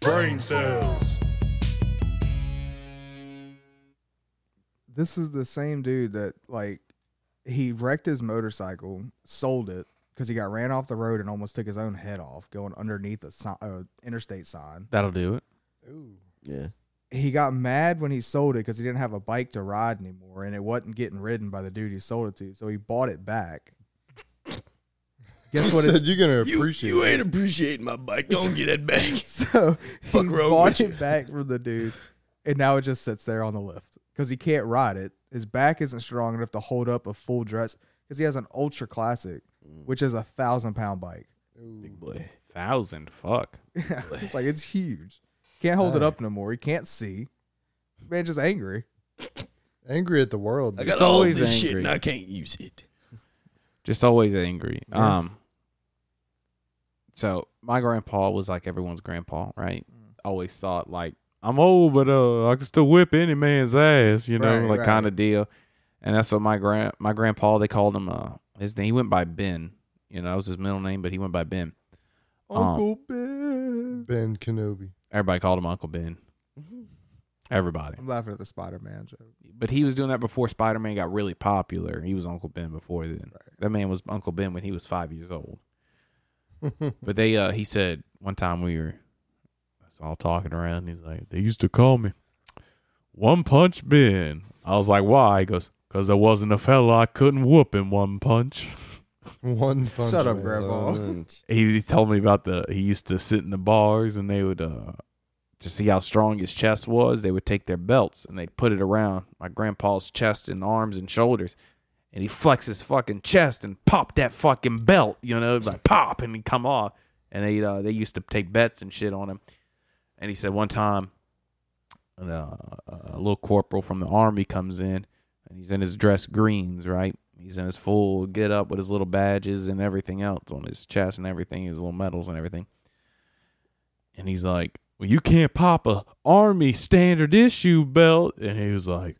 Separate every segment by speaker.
Speaker 1: Brain cells.
Speaker 2: This is the same dude that like he wrecked his motorcycle, sold it because he got ran off the road and almost took his own head off going underneath a si- uh, interstate sign.
Speaker 3: That'll do it.
Speaker 1: Ooh.
Speaker 4: Yeah.
Speaker 2: He got mad when he sold it because he didn't have a bike to ride anymore and it wasn't getting ridden by the dude he sold it to, so he bought it back. Guess
Speaker 1: You
Speaker 2: what? It's
Speaker 1: said you're gonna appreciate.
Speaker 4: you
Speaker 1: it.
Speaker 4: ain't appreciating my bike. Don't get that back.
Speaker 2: So he
Speaker 4: Fuck wrong
Speaker 2: bought
Speaker 4: with
Speaker 2: it
Speaker 4: you?
Speaker 2: back from the dude, and now it just sits there on the lift because he can't ride it. His back isn't strong enough to hold up a full dress because he has an ultra classic,
Speaker 4: Mm.
Speaker 2: which is a thousand pound bike.
Speaker 1: Ooh.
Speaker 4: Big boy.
Speaker 3: Thousand. Fuck.
Speaker 2: it's like it's huge. Can't hold it up no more. He can't see. Man, just angry.
Speaker 1: Angry at the world.
Speaker 4: I
Speaker 3: It's
Speaker 4: got all
Speaker 3: always
Speaker 4: this shit
Speaker 3: angry.
Speaker 4: and I can't use it.
Speaker 3: Just always angry.
Speaker 2: Yeah.
Speaker 3: Um. So my grandpa was like everyone's grandpa, right?
Speaker 2: Mm.
Speaker 3: Always thought like I'm old, but uh, I can still whip any man's ass, you know,
Speaker 2: Right,
Speaker 3: like
Speaker 2: right.
Speaker 3: kind of deal. And that's what my grand my grandpa they called him. Uh, his name he went by Ben. You know, that was his middle name, but he went by Ben. Um,
Speaker 2: Uncle Ben.
Speaker 1: Ben Kenobi.
Speaker 3: Everybody called him Uncle Ben. Everybody.
Speaker 2: I'm laughing at the Spider Man joke.
Speaker 3: But he was doing that before Spider Man got really popular. He was Uncle Ben before then. That man was Uncle Ben when he was five years old. but they uh he said one time we were I was all talking around and he's like, They used to call me One Punch Ben. I was like, Why? He goes, Cause there wasn't a fella I couldn't whoop in one punch.
Speaker 1: One punch.
Speaker 2: Shut up,
Speaker 1: Man.
Speaker 2: Grandpa.
Speaker 3: he, he told me about the he used to sit in the bars and they would uh to see how strong his chest was they would take their belts and they'd put it around my grandpa's chest and arms and shoulders and he flex his fucking chest and pop that fucking belt you know like pop and it'd come off and they uh, they used to take bets and shit on him and he said one time and, uh, a little corporal from the army comes in and he's in his dress greens, right? He's in his full get up with his little badges and everything else on his chest and everything, his little medals and everything. And he's like, "Well, you can't pop a army standard issue belt." And he was like,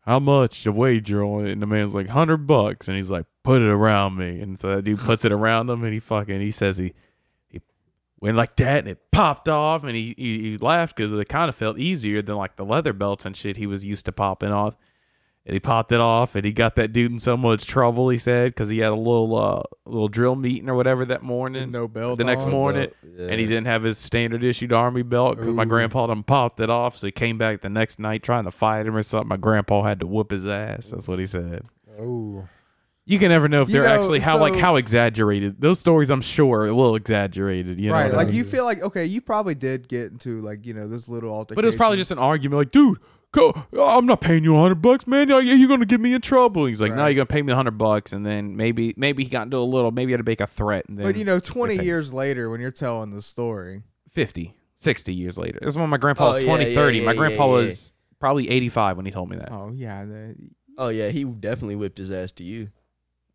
Speaker 3: "How much to wager on it?" And the man's like, 100 bucks." And he's like, "Put it around me." And so that dude puts it around him, and he fucking he says he he went like that, and it popped off, and he he, he laughed because it kind of felt easier than like the leather belts and shit he was used to popping off and he popped it off and he got that dude in so much trouble he said because he had a little uh little drill meeting or whatever that morning
Speaker 2: No belt.
Speaker 3: the next
Speaker 2: on.
Speaker 3: morning
Speaker 4: Yeah.
Speaker 3: and he didn't have his standard issued army belt because my
Speaker 1: Ooh.
Speaker 3: grandpa done popped it off so he came back the next night trying to fight him or something my grandpa had to whoop his ass that's what he said
Speaker 1: Oh,
Speaker 3: you can never know if
Speaker 2: You
Speaker 3: they're
Speaker 2: know,
Speaker 3: actually how like
Speaker 2: so-
Speaker 3: how exaggerated those stories i'm sure are a little exaggerated you know
Speaker 2: right,
Speaker 3: what I
Speaker 2: like
Speaker 3: mean?
Speaker 2: you feel like okay, you probably did get into like you know this little altercation,
Speaker 3: but it was probably just an argument like dude Go, I'm not paying you a hundred bucks, man. Oh, yeah, you're gonna get me in trouble. He's like, no,
Speaker 2: Right.
Speaker 3: you're gonna pay me a hundred bucks, and then maybe, maybe he got into a little. Maybe he had to make a threat, and then
Speaker 2: But you know, 20
Speaker 3: Okay.
Speaker 2: years later, when you're telling the story,
Speaker 3: 50, 60 years later. This is when my grandpa was
Speaker 4: Oh, yeah,
Speaker 3: 20,
Speaker 4: yeah,
Speaker 3: 30. my
Speaker 4: yeah,
Speaker 3: grandpa
Speaker 4: yeah, yeah.
Speaker 3: was probably 85 when he told me that.
Speaker 2: oh yeah, the-
Speaker 4: Oh yeah, he definitely whipped his ass to you.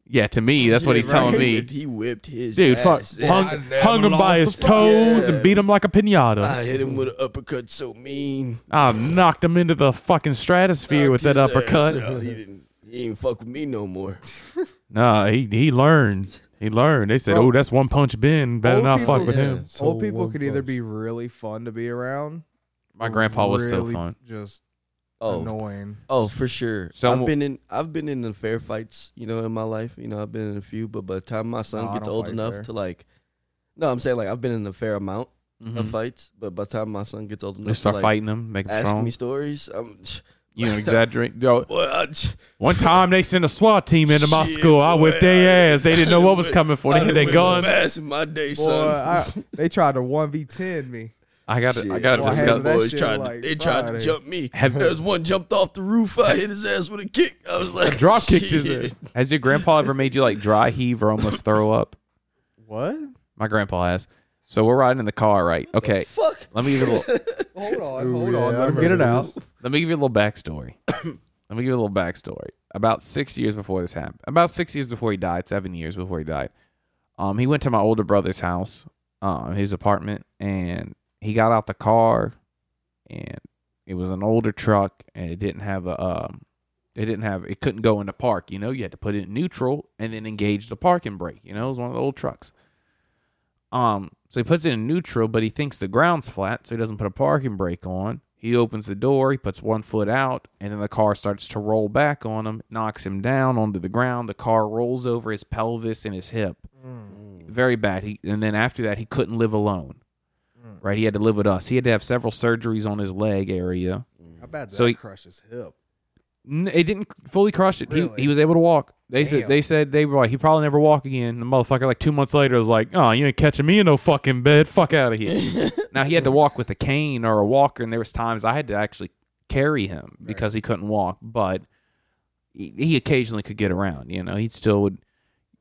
Speaker 3: Yeah, to me, that's what
Speaker 4: Yeah,
Speaker 3: he's
Speaker 4: right.
Speaker 3: telling
Speaker 4: He
Speaker 3: me.
Speaker 4: whipped, he whipped his
Speaker 3: Dude, fuck,
Speaker 4: ass.
Speaker 3: hung, hung him by his
Speaker 2: the fight.
Speaker 3: toes
Speaker 4: Yeah.
Speaker 3: and beat him like a pinata.
Speaker 4: I hit him with an uppercut so mean.
Speaker 3: I knocked him into the fucking stratosphere with that
Speaker 4: Knocked his
Speaker 3: uppercut.
Speaker 4: ass out. He didn't. He ain't fuck with me no more.
Speaker 3: Nah, he he learned. He learned. They said,
Speaker 2: Bro,
Speaker 3: "Oh, that's one punch Ben. Better
Speaker 2: old
Speaker 3: not fuck
Speaker 2: people-
Speaker 3: with
Speaker 1: Yeah.
Speaker 3: him."
Speaker 1: So
Speaker 2: old people
Speaker 1: one
Speaker 2: could either
Speaker 1: punch.
Speaker 2: be really fun to be around.
Speaker 3: My
Speaker 2: or
Speaker 3: grandpa was so
Speaker 2: really
Speaker 3: fun.
Speaker 2: just
Speaker 4: Oh,
Speaker 2: annoying.
Speaker 4: oh, for sure.
Speaker 3: Some-
Speaker 4: I've been in. I've been in the fair fights. You know, in my life. You know, I've been in a few. But by the time my son
Speaker 2: No, I
Speaker 4: gets
Speaker 2: don't
Speaker 4: old
Speaker 2: fight
Speaker 4: enough
Speaker 2: fair.
Speaker 4: to like, no, I'm saying like I've been in a fair amount of fights. But by the time my son gets old enough
Speaker 3: Mm-hmm. They start
Speaker 4: to like
Speaker 3: fighting him, make him
Speaker 4: ask
Speaker 3: strong.
Speaker 4: me stories, I'm.
Speaker 3: You know, exaggerate. Yo,
Speaker 4: Boy, I,
Speaker 3: One time they sent a SWAT team into my
Speaker 4: Shit,
Speaker 3: school. I
Speaker 4: boy,
Speaker 3: whipped their
Speaker 4: I-
Speaker 3: ass. They didn't know what was coming for.
Speaker 4: I
Speaker 3: They
Speaker 4: done
Speaker 3: hit their
Speaker 4: whipped some
Speaker 3: guns.
Speaker 4: ass in my day,
Speaker 2: Boy,
Speaker 4: son.
Speaker 2: I, they tried to one v ten me.
Speaker 3: I got to I
Speaker 4: Shit.
Speaker 3: got to
Speaker 2: Well, I had
Speaker 3: discuss.
Speaker 2: that
Speaker 4: Boys
Speaker 2: shit
Speaker 4: tried to-
Speaker 2: like
Speaker 4: they tried to
Speaker 2: Friday.
Speaker 4: jump me.
Speaker 3: Have-
Speaker 4: There was one jumped off the roof. I hit his ass with a kick. I was like,
Speaker 3: Drop kicked his
Speaker 4: "Shit."
Speaker 3: ass. Has your grandpa ever made you like dry heave or almost throw up?
Speaker 2: What?
Speaker 3: My grandpa has. So we're riding in the car, right? Okay.
Speaker 4: Fuck.
Speaker 3: Let me give you a little,
Speaker 2: Hold on,
Speaker 1: Ooh,
Speaker 2: hold
Speaker 1: yeah,
Speaker 2: on.
Speaker 1: I
Speaker 2: Let him get it
Speaker 1: remember
Speaker 2: out.
Speaker 1: this.
Speaker 3: let me give you a little backstory. let me give you a little backstory. About six years before this happened, about six years before he died, seven years before he died, um, he went to my older brother's house, um, his apartment, and he got out the car, and it was an older truck, and it didn't have a, um, it didn't have, it couldn't go in the park. You know, you had to put it in neutral and then engage the parking brake. You know, it was one of the old trucks. Um, So he puts it in neutral, but he thinks the ground's flat, so he doesn't put a parking brake on. He opens the door, he puts one foot out, and then the car starts to roll back on him, knocks him down onto the ground. The car rolls over his pelvis and his hip. Very bad. He, and then after that, he couldn't live alone, right? He had to live with us. He had to have several surgeries on his leg area.
Speaker 2: How bad
Speaker 3: So
Speaker 2: that
Speaker 3: he-
Speaker 2: crush his hip?
Speaker 3: N- It didn't fully crush it.
Speaker 2: Really?
Speaker 3: He, he was able to walk. They said
Speaker 2: Damn.
Speaker 3: they said they were like he probably never walk again. The motherfucker like two months later was like, oh, you ain't catching me in no fucking bed. Fuck out of here. now he had to walk with a cane or a walker, and there was times I had to actually carry him because he couldn't walk. But he, he occasionally could get around. You know, he still would.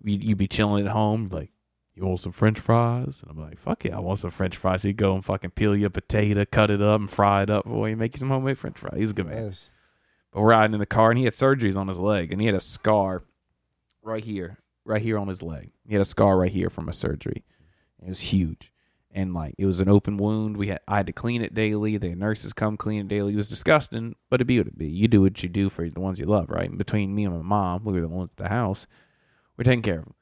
Speaker 3: You'd, you'd be chilling at home like. You want some French fries? And I'm like, fuck yeah, I want some French fries. He'd go and fucking peel you a potato, cut it up, and fry it up for you, make you some homemade French fries. He was a good man
Speaker 1: Nice.
Speaker 3: but we're riding in the car and he had surgeries on his leg and he had a scar right here right here on his leg he had a scar right here from a surgery it was huge and like it was an open wound we had i had to clean it daily the nurses come clean it daily it was disgusting but it be what it be you do what you do for the ones you love right And between me and my mom we were the ones at the house we're taking care of him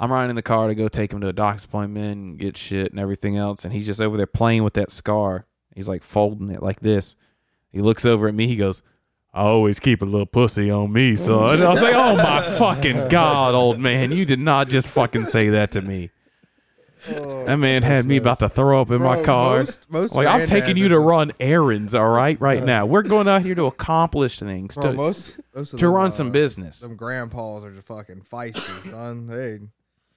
Speaker 3: i'm riding in the car to go take him to a doc's appointment and get shit and everything else and he's just over there playing with that scar he's like folding it like this he looks over at me he goes I always keep a little pussy on me, son. I was like, oh my fucking God, old man, you did not just fucking say that to me. That man had me about to throw up in my
Speaker 2: Oh, Bro,
Speaker 3: car.
Speaker 2: most- most
Speaker 3: like, I'm
Speaker 2: granddads
Speaker 3: taking you
Speaker 2: are
Speaker 3: to
Speaker 2: just-
Speaker 3: run errands, all right, right now. We're going out here to accomplish things,
Speaker 2: Bro,
Speaker 3: to,
Speaker 2: most, most of
Speaker 3: to
Speaker 2: them,
Speaker 3: run
Speaker 2: uh,
Speaker 3: some business.
Speaker 2: Them grandpas are just fucking feisty, son. They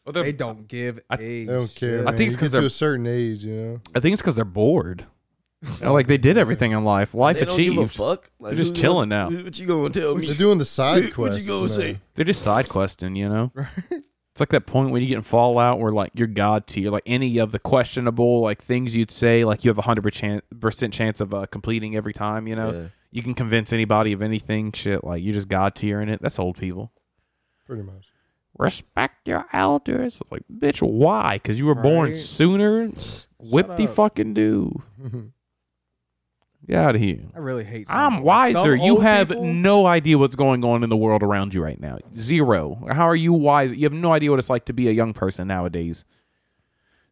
Speaker 3: Well,
Speaker 2: they
Speaker 3: they're-
Speaker 2: don't give
Speaker 3: I-
Speaker 2: I,
Speaker 1: They don't care.
Speaker 3: I
Speaker 1: man.
Speaker 3: think it's
Speaker 1: You
Speaker 3: 'cause
Speaker 1: get to
Speaker 3: they're-
Speaker 1: a certain age, you know.
Speaker 3: I think it's because they're bored. They're like, they did everything in life. Life
Speaker 4: they don't give a
Speaker 3: achieved.
Speaker 4: fuck. Like,
Speaker 3: They're just
Speaker 4: who-
Speaker 3: chilling now.
Speaker 4: what- What you gonna tell me?
Speaker 1: They're doing the
Speaker 4: What-
Speaker 1: side
Speaker 4: what you
Speaker 1: quest.
Speaker 4: gonna say?
Speaker 3: They're just side questing, you know? It's like that point when you get in Fallout where like your god tier, like any of the questionable like things you'd say, like you have a hundred percent chance of uh, completing every time. You know,
Speaker 4: Yeah.
Speaker 3: you can convince anybody of anything. Shit, like you're just god tier in it. That's old people.
Speaker 1: Pretty much.
Speaker 3: Respect your elders. Like, bitch, why? Because you were born
Speaker 2: Right.
Speaker 3: sooner. Whip the
Speaker 2: up.
Speaker 3: fucking do. Get out of here.
Speaker 2: I really hate. some
Speaker 3: I'm
Speaker 2: old-
Speaker 3: wiser.
Speaker 2: some
Speaker 3: You
Speaker 2: old
Speaker 3: have
Speaker 2: people-
Speaker 3: no idea what's going on in the world around you right now. Zero. How are you wise? You have no idea what it's like to be a young person nowadays.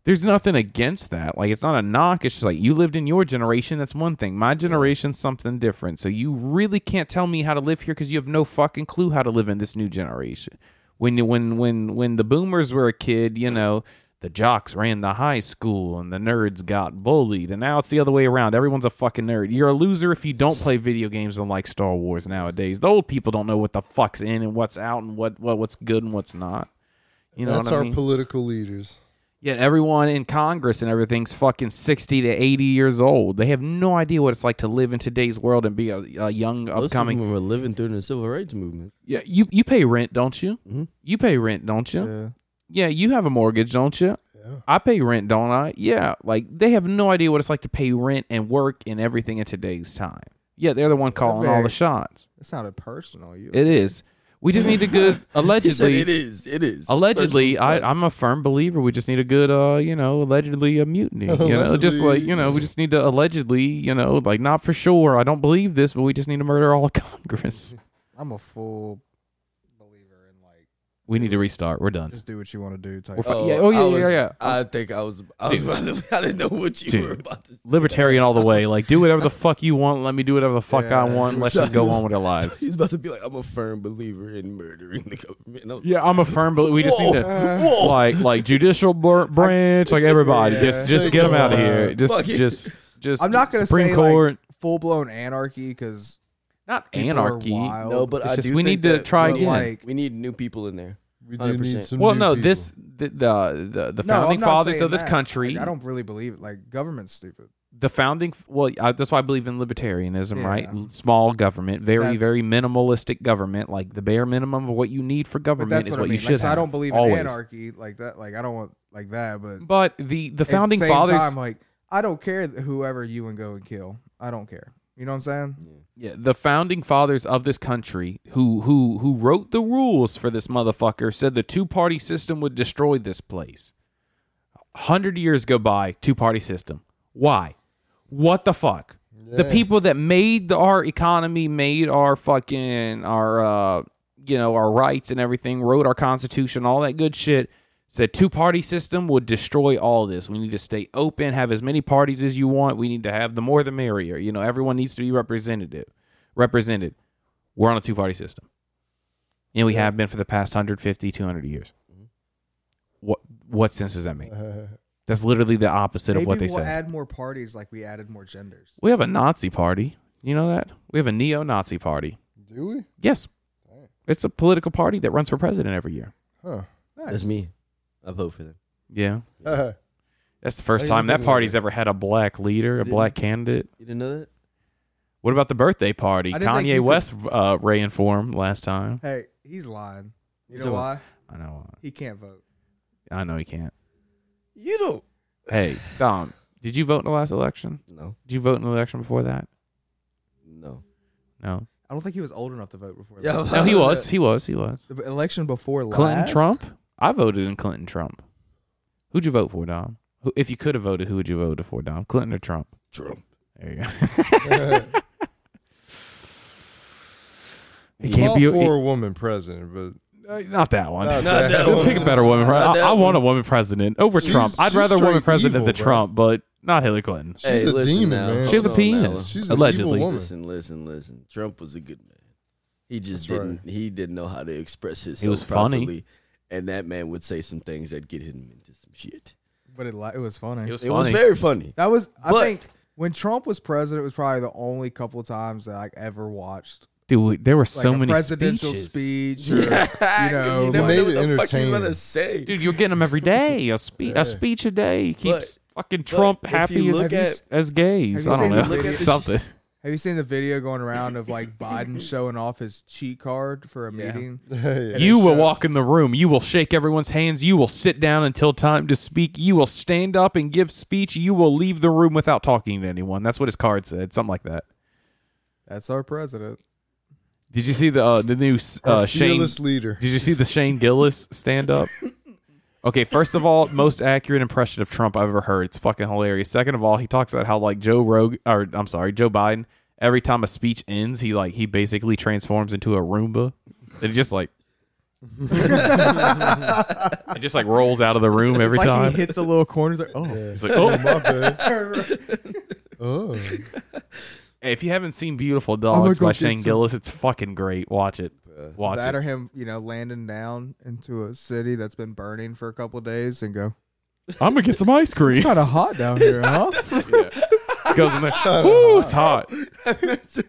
Speaker 3: There's nothing against that. Like it's not a knock. It's just like you lived in your generation. That's one thing. My generation's something different. So you really can't tell me how to live here because you have no fucking clue how to live in this new generation. When you- when when when the boomers were a kid, you know. The jocks ran the high school and the nerds got bullied. And now it's the other way around. Everyone's a fucking nerd. You're a loser if you don't play video games and like Star Wars nowadays. The old people don't know what the fuck's in and what's out and what, what what's good and what's not. You know
Speaker 1: That's
Speaker 3: what I
Speaker 1: our
Speaker 3: mean?
Speaker 1: political leaders.
Speaker 3: Yet everyone in Congress and everything's fucking 60 to 80 years old. They have no idea what it's like to live in today's world and be a, a young,
Speaker 4: Most of
Speaker 3: upcoming.
Speaker 4: them were living through the civil rights movement.
Speaker 3: Yeah, you, you pay rent, don't you?
Speaker 4: Mhm.
Speaker 3: You pay rent, don't you?
Speaker 2: Yeah.
Speaker 3: Yeah, you have a mortgage, don't you?
Speaker 1: Yeah.
Speaker 3: I pay rent, don't I? Yeah. Like, they have no idea what it's like to pay rent and work and everything in today's time. Yeah, they're the one calling all the
Speaker 2: very-
Speaker 3: shots.
Speaker 2: It sounded personal. You.
Speaker 3: It is. We just need a good,
Speaker 4: He said
Speaker 3: allegedly.
Speaker 4: it is. It is.
Speaker 3: allegedly
Speaker 4: Personal
Speaker 3: I, i'm a firm believer we just need a good uh you know allegedly a mutiny you know just like you know we just need to allegedly you know like not for sure i don't believe this but we just need to murder all of congress
Speaker 2: I'm a full believer in like
Speaker 3: we need to restart we're done
Speaker 2: just do what you want to do. Type.
Speaker 3: We're
Speaker 2: of-
Speaker 3: fu- Yeah, oh, yeah,
Speaker 4: I
Speaker 3: yeah,
Speaker 4: was-
Speaker 3: yeah.
Speaker 4: I think I was. I was
Speaker 3: Dude.
Speaker 4: about to. I didn't know what you
Speaker 3: Dude.
Speaker 4: were about to. say.
Speaker 3: libertarian all the way like do whatever the fuck you want let me do whatever the fuck i
Speaker 2: Yeah.
Speaker 3: want let's just go on with our lives
Speaker 4: He was about to be like, "I'm a firm believer in murdering the government." And I was-
Speaker 3: yeah i'm a firm believer we just need to
Speaker 4: Whoa.
Speaker 3: like like judicial br- branch like everybody
Speaker 2: Yeah.
Speaker 3: just just get them out of here just
Speaker 4: Fuck it.
Speaker 3: just just
Speaker 2: I'm not gonna
Speaker 3: supreme
Speaker 2: say, like,
Speaker 3: court
Speaker 2: Full blown anarchy because
Speaker 3: not
Speaker 2: people are
Speaker 3: anarchy
Speaker 2: wild.
Speaker 4: no, but
Speaker 3: It's
Speaker 4: I
Speaker 3: just
Speaker 4: do
Speaker 3: we need
Speaker 4: think
Speaker 3: to
Speaker 4: that-
Speaker 3: try
Speaker 4: but
Speaker 2: again.
Speaker 4: Like, we need new people in there.
Speaker 1: We do
Speaker 4: 100%.
Speaker 1: need some.
Speaker 3: Well,
Speaker 1: new
Speaker 3: no,
Speaker 1: people.
Speaker 3: this the the the, the
Speaker 2: No, I'm
Speaker 3: founding
Speaker 2: not
Speaker 3: fathers
Speaker 2: saying
Speaker 3: of this
Speaker 2: that.
Speaker 3: country.
Speaker 2: Like, I don't really believe it. Like government's stupid.
Speaker 3: the founding. Well, I, that's why I believe in libertarianism,
Speaker 2: Yeah.
Speaker 3: right? L- Small government, very
Speaker 2: That's-
Speaker 3: very minimalistic government. Like the bare minimum of what you need for
Speaker 2: But
Speaker 3: government
Speaker 2: that's
Speaker 3: is
Speaker 2: what,
Speaker 3: what,
Speaker 2: I
Speaker 3: you
Speaker 2: mean. Like,
Speaker 3: should.
Speaker 2: so I
Speaker 3: have,
Speaker 2: don't believe
Speaker 3: always.
Speaker 2: in anarchy like that. Like I don't want like that. But
Speaker 3: But the the founding
Speaker 2: at the same
Speaker 3: fathers.
Speaker 2: Time, like I don't care th- whoever you and go and kill. I don't care. You know what I'm saying?
Speaker 3: Yeah, the founding fathers of this country who who who wrote the rules for this motherfucker said the two-party system would destroy this place. 100 years go by, two-party system. Why? What the fuck? The people that made the, our economy, made our fucking our uh you know, our rights and everything, wrote our constitution, all that good shit Said two party system would destroy all this. We need to stay open, have as many parties as you want. We need to have the more the merrier. You know, everyone needs to be representative, represented. We're on a two party system, and we have been for the past 150, 200 years. What what sense does that make? That's literally the opposite
Speaker 2: Maybe
Speaker 3: of what they
Speaker 2: we'll
Speaker 3: said.
Speaker 2: add more parties like we added more genders.
Speaker 3: we have a Nazi party. You know that we have a neo-Nazi party.
Speaker 1: Do we?
Speaker 3: Yes,
Speaker 1: Dang.
Speaker 3: it's a political party that runs for president every year.
Speaker 1: Huh.
Speaker 4: That's me. I vote for them.
Speaker 3: Yeah. That's the first
Speaker 4: I didn't
Speaker 3: time that
Speaker 4: think about
Speaker 3: party's
Speaker 4: that.
Speaker 3: ever had a black leader, a
Speaker 4: Didn't-
Speaker 3: black candidate.
Speaker 4: You didn't know that?
Speaker 3: What about the birthday party?
Speaker 2: I didn't think you
Speaker 3: Kanye
Speaker 2: could-
Speaker 3: West uh, ran for him last time.
Speaker 2: Hey, he's lying. You
Speaker 3: So-
Speaker 2: know why?
Speaker 3: I know.
Speaker 2: He can't vote.
Speaker 3: I know he can't.
Speaker 4: You don't.
Speaker 3: Hey, Dom, did you vote in the last election?
Speaker 4: No,
Speaker 3: Did you vote in the election before that?
Speaker 4: no.
Speaker 3: No.
Speaker 2: I don't think he was old enough to vote before.
Speaker 4: Yeah,
Speaker 2: that.
Speaker 3: No, he was. He was. He was.
Speaker 2: The election before
Speaker 3: Clinton
Speaker 2: last?
Speaker 3: Trump? I voted in Clinton Trump. Who'd you vote for, Dom? Who, if you could have voted, who would you vote for, Dom? Clinton or Trump?
Speaker 4: Trump.
Speaker 3: There you go. it
Speaker 1: Call
Speaker 3: can't be
Speaker 1: for a woman president, but
Speaker 3: Uh, not that one.
Speaker 4: Not
Speaker 1: Not
Speaker 4: that
Speaker 1: that
Speaker 4: one.
Speaker 1: one.
Speaker 3: Pick a better woman.
Speaker 4: Not
Speaker 3: I,
Speaker 4: that
Speaker 3: I want a
Speaker 4: one.
Speaker 3: woman president over
Speaker 1: She's-
Speaker 3: Trump. I'd
Speaker 1: she's
Speaker 3: rather a woman
Speaker 1: straight
Speaker 3: president than
Speaker 1: evil, bro.
Speaker 3: Trump, but not Hillary Clinton.
Speaker 1: She's a demon, man.
Speaker 3: She has a
Speaker 4: hold on now.
Speaker 3: penis.
Speaker 1: she's
Speaker 3: Allegedly.
Speaker 1: an evil woman.
Speaker 4: Listen, listen, listen. Trump was a good man. He just
Speaker 1: That's
Speaker 4: didn't. He didn't know how to express himself.
Speaker 3: was funny.
Speaker 4: properly, and that man would say some things that get him into some shit.
Speaker 2: But it, li- it was funny.
Speaker 3: was
Speaker 4: it was very funny.
Speaker 2: that was, I
Speaker 4: But-
Speaker 2: think, when Trump was president, it was probably the only couple times that I ever watched
Speaker 3: Dude, there were
Speaker 2: like,
Speaker 3: so
Speaker 2: a
Speaker 3: many
Speaker 2: presidential
Speaker 3: speeches.
Speaker 2: speech. Or,
Speaker 4: Yeah, 'cause
Speaker 2: know,
Speaker 4: never
Speaker 1: They
Speaker 4: know
Speaker 1: made
Speaker 4: what
Speaker 1: it
Speaker 4: the fuck you
Speaker 1: entertaining.
Speaker 4: gonna say.
Speaker 3: Dude, you're getting them every day. A, spe-
Speaker 1: Yeah.
Speaker 3: a speech a day keeps fucking Trump
Speaker 4: if you
Speaker 3: happy as,
Speaker 4: look at-
Speaker 3: as gays.
Speaker 2: Have you
Speaker 3: I don't
Speaker 2: seen
Speaker 3: know.
Speaker 2: the look at the-
Speaker 3: Something.
Speaker 2: Have you seen the video going around of like Biden showing off his cheat card for a
Speaker 3: Yeah.
Speaker 2: meeting?
Speaker 1: Yeah.
Speaker 3: You will
Speaker 2: shows-
Speaker 3: walk in the room. You will shake everyone's hands. You will sit down until time to speak. You will stand up and give speech. You will leave the room without talking to anyone. That's what his card said. Something like that.
Speaker 2: That's our president.
Speaker 3: Did you see the uh, the new uh,
Speaker 1: Our
Speaker 3: Shane?
Speaker 1: fearless leader.
Speaker 3: Did you see the Shane Gillis stand up? Okay, first of all, most accurate impression of Trump I've ever heard. It's fucking hilarious. Second of all, he talks about how like Joe Rog or I'm sorry, Joe Biden, every time a speech ends, he like he basically transforms into a Roomba. And he just like it just like rolls out of the room every
Speaker 2: like
Speaker 3: time.
Speaker 2: he hits a little corner, he's like, oh,
Speaker 3: He's like, oh
Speaker 1: My bad. Oh,
Speaker 3: Hey, if you haven't seen Beautiful Dogs
Speaker 2: God,
Speaker 3: by
Speaker 2: did
Speaker 3: Shane
Speaker 2: some-
Speaker 3: Gillis, it's fucking great. Watch it. Watch
Speaker 2: that
Speaker 3: it.
Speaker 2: or him, you know, landing down into a city that's been burning for a couple days and go,
Speaker 3: I'm gonna get some ice cream.
Speaker 2: kind of hot down here, huh?
Speaker 3: Goes in there. Ooh, it's hot.
Speaker 2: think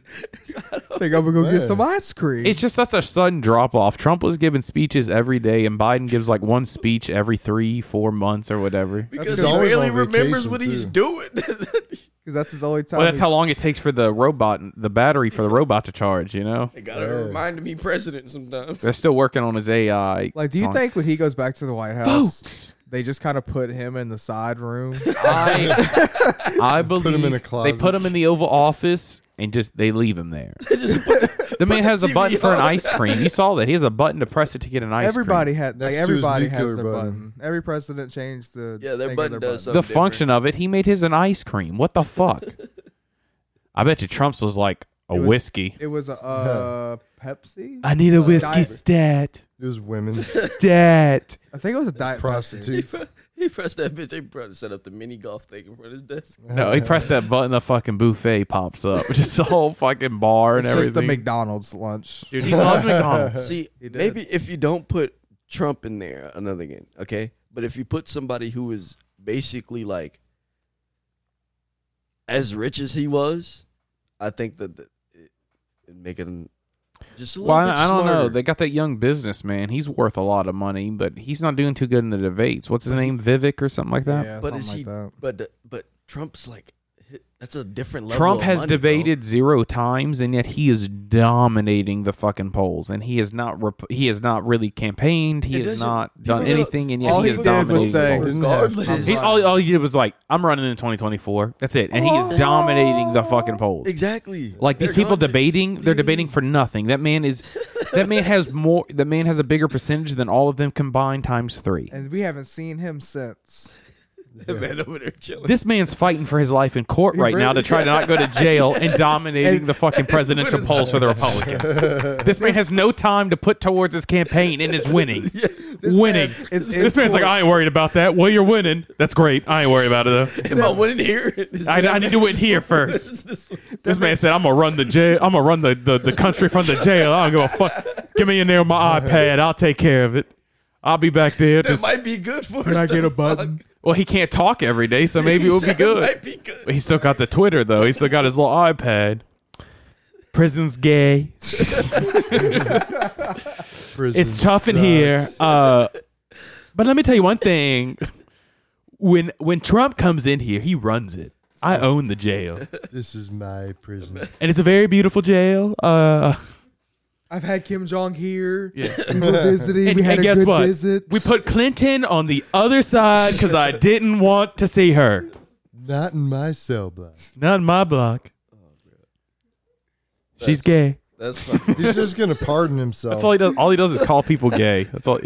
Speaker 2: I'm gonna go
Speaker 1: Man.
Speaker 2: get some ice cream.
Speaker 3: It's just such a sudden drop off. Trump was giving speeches every day, and Biden gives like one speech every three, four months or whatever.
Speaker 4: because
Speaker 1: he's
Speaker 4: he
Speaker 1: always
Speaker 4: barely
Speaker 1: on
Speaker 4: remembers
Speaker 1: vacation,
Speaker 4: what he's
Speaker 1: too.
Speaker 4: doing.
Speaker 2: because that's his only time.
Speaker 3: Well, that's how
Speaker 2: he's-
Speaker 3: long it takes for the robot, the battery for the robot to charge. You know,
Speaker 4: they gotta remind him he president sometimes.
Speaker 3: they're still working on his AI.
Speaker 2: Like, do you
Speaker 3: on-
Speaker 2: think when he goes back to the White House,
Speaker 3: folks?
Speaker 2: they just kind of put him in the side room?
Speaker 3: I, I believe
Speaker 1: in a
Speaker 3: they
Speaker 1: closet.
Speaker 3: put him in the Oval Office and just they leave him there.
Speaker 4: Just put-
Speaker 3: The man has a
Speaker 4: TV
Speaker 3: button for an
Speaker 4: on.
Speaker 3: ice cream. You saw that he has a button to press it to get an ice
Speaker 2: everybody
Speaker 3: cream.
Speaker 2: had,
Speaker 1: Next
Speaker 2: like,
Speaker 1: to his
Speaker 2: everybody
Speaker 1: nuclear
Speaker 2: has a
Speaker 1: button.
Speaker 2: button. Every president changed the
Speaker 4: Yeah, their
Speaker 2: thing of
Speaker 4: button does
Speaker 3: the
Speaker 4: something different.
Speaker 3: function of it. He made his an ice cream. What the fuck? I bet you Trump's was like a
Speaker 2: It was-
Speaker 3: whiskey.
Speaker 2: It was a uh, Pepsi.
Speaker 3: I need a whiskey
Speaker 2: diver.
Speaker 3: stat.
Speaker 1: it was women
Speaker 3: Stat.
Speaker 2: I think it was a diet Pepsi.
Speaker 1: prostitutes.
Speaker 4: He pressed that bitch. They tried to set up the mini golf thing in front of his desk.
Speaker 3: No, he pressed that button, the fucking buffet pops up. Just the whole fucking bar and
Speaker 2: It's just the
Speaker 3: everything.
Speaker 2: McDonald's lunch.
Speaker 3: Dude, he loved McDonald's.
Speaker 4: See,
Speaker 2: He did.
Speaker 4: maybe if you don't put Trump in there, another game, okay? But if you put somebody who is basically like as rich as he was, I think that the, it, it'd make him just a little
Speaker 3: Well,
Speaker 4: bit
Speaker 3: I, I don't know.
Speaker 4: smarter.
Speaker 3: They got that young businessman. He's worth a lot of money, but he's not doing too good in the debates. What's his
Speaker 4: But he-
Speaker 3: name? Vivek or something like that?
Speaker 2: Yeah,
Speaker 4: But
Speaker 2: something
Speaker 4: is
Speaker 2: like
Speaker 4: he-
Speaker 2: that.
Speaker 4: but the- but Trump's like hi- that's a different level.
Speaker 3: Trump
Speaker 4: of
Speaker 3: has
Speaker 4: money, bro.
Speaker 3: debated zero times, and yet he is dominating the fucking polls. And he has not rep- he has not really campaigned. He
Speaker 4: It
Speaker 3: has
Speaker 4: doesn't-
Speaker 3: not done
Speaker 4: people-
Speaker 3: anything, and yet
Speaker 2: all
Speaker 3: he
Speaker 2: he
Speaker 3: is
Speaker 2: did was
Speaker 3: dominating. the
Speaker 2: say-
Speaker 3: polls.
Speaker 4: Regardless,
Speaker 2: I'm
Speaker 3: He's, all, all he did was like, "I'm running in 2024." That's it, and he is dominating the fucking polls.
Speaker 4: exactly
Speaker 3: Like these
Speaker 4: They're
Speaker 3: people
Speaker 4: gone.
Speaker 3: debating, they're debating for nothing. That man is, that man has more. That man has a bigger percentage than all of them combined times three.
Speaker 2: And we haven't seen him since.
Speaker 4: That man over there chilling.
Speaker 3: This man's fighting for his life in court right now to
Speaker 4: really-
Speaker 3: try to not go to jail and dominating the fucking presidential polls for the Republicans. This man has no time to put towards his campaign and is winning.
Speaker 2: This
Speaker 3: winning.
Speaker 2: man is
Speaker 3: this man's like,
Speaker 2: import-
Speaker 3: I ain't worried about that. Well, you're winning. That's great. I ain't worried about it
Speaker 4: Am I winning here? Is
Speaker 3: though. I, I need to win here first.
Speaker 4: this, this,
Speaker 3: This man said, "I'm gonna run the jail. I'm gonna run the, the, the country from the jail. I don't give a fuck. Give me in there with my iPad. I'll take care of it. I'll be back there."
Speaker 4: that
Speaker 3: Just,
Speaker 4: might be good for
Speaker 2: Can
Speaker 4: us.
Speaker 2: I get
Speaker 4: though.
Speaker 2: a button?
Speaker 4: Fuck.
Speaker 3: well, he can't talk every day, so maybe it would be
Speaker 4: That
Speaker 3: good.
Speaker 4: Might be good.
Speaker 3: But he still got the Twitter though. He still got his little iPad. Prison's gay.
Speaker 1: Prison
Speaker 3: It's tough in
Speaker 1: sucks.
Speaker 3: here. Uh, but let me tell you one thing. When when Trump comes in here, he runs it. I own the jail,
Speaker 1: This is my prison.
Speaker 3: and it's a very beautiful jail. Uh,
Speaker 2: I've had Kim Jong here.
Speaker 3: yeah.
Speaker 2: We were visiting.
Speaker 3: And-
Speaker 2: we had
Speaker 3: and
Speaker 2: a
Speaker 3: guess
Speaker 2: good
Speaker 3: what?
Speaker 2: visit.
Speaker 3: We put Clinton on the other side because I didn't want to see her.
Speaker 1: Not in my cell block.
Speaker 3: Not in my block. She's
Speaker 4: That's-
Speaker 3: gay.
Speaker 4: That's fucking
Speaker 1: He's just gonna pardon himself.
Speaker 4: Oh.
Speaker 3: That's all he does. All he does is call people gay. That's all.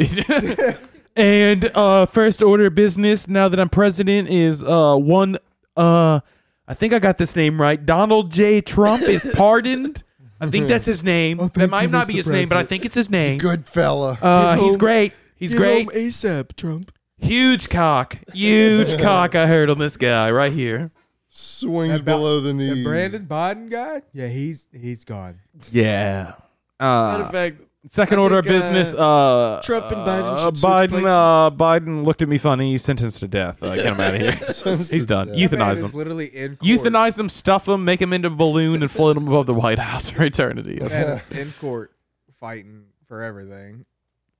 Speaker 3: and uh, first order of business now that I'm president is uh, one. Uh, I think I got this name right. Donald J. Trump is pardoned. I think that's his name.
Speaker 2: Oh,
Speaker 3: that
Speaker 2: thank
Speaker 3: might
Speaker 2: you,
Speaker 3: not
Speaker 2: Mr.
Speaker 3: be his name, but I
Speaker 2: President.
Speaker 3: think it's his name.
Speaker 1: Good fella.
Speaker 3: Uh,
Speaker 4: Get
Speaker 3: he's
Speaker 4: home.
Speaker 3: great. He's great.
Speaker 4: ASAP, Trump.
Speaker 3: Huge cock. Huge cock. I heard on this guy right here.
Speaker 1: Swings
Speaker 2: that Bal-
Speaker 1: below the
Speaker 2: That
Speaker 1: knee.
Speaker 2: Brandon Biden guy? Yeah, he's he's gone.
Speaker 3: Yeah.
Speaker 4: Matter of
Speaker 3: Uh,
Speaker 4: fact,
Speaker 3: second
Speaker 4: I
Speaker 3: order
Speaker 4: think,
Speaker 3: of business. Uh,
Speaker 4: Trump and Biden
Speaker 3: uh,
Speaker 4: should switch
Speaker 3: Biden.
Speaker 4: places.
Speaker 3: Uh, Biden looked at me funny. Sentenced to death. Uh, get him out of here. He's done.
Speaker 1: You
Speaker 2: That
Speaker 3: Euthanize
Speaker 2: man is
Speaker 3: him.
Speaker 2: Literally in court.
Speaker 3: Euthanize them. Stuff them. Make them into a balloon and float them above the White House for eternity.
Speaker 2: That
Speaker 3: That's-
Speaker 2: man is in court fighting for everything,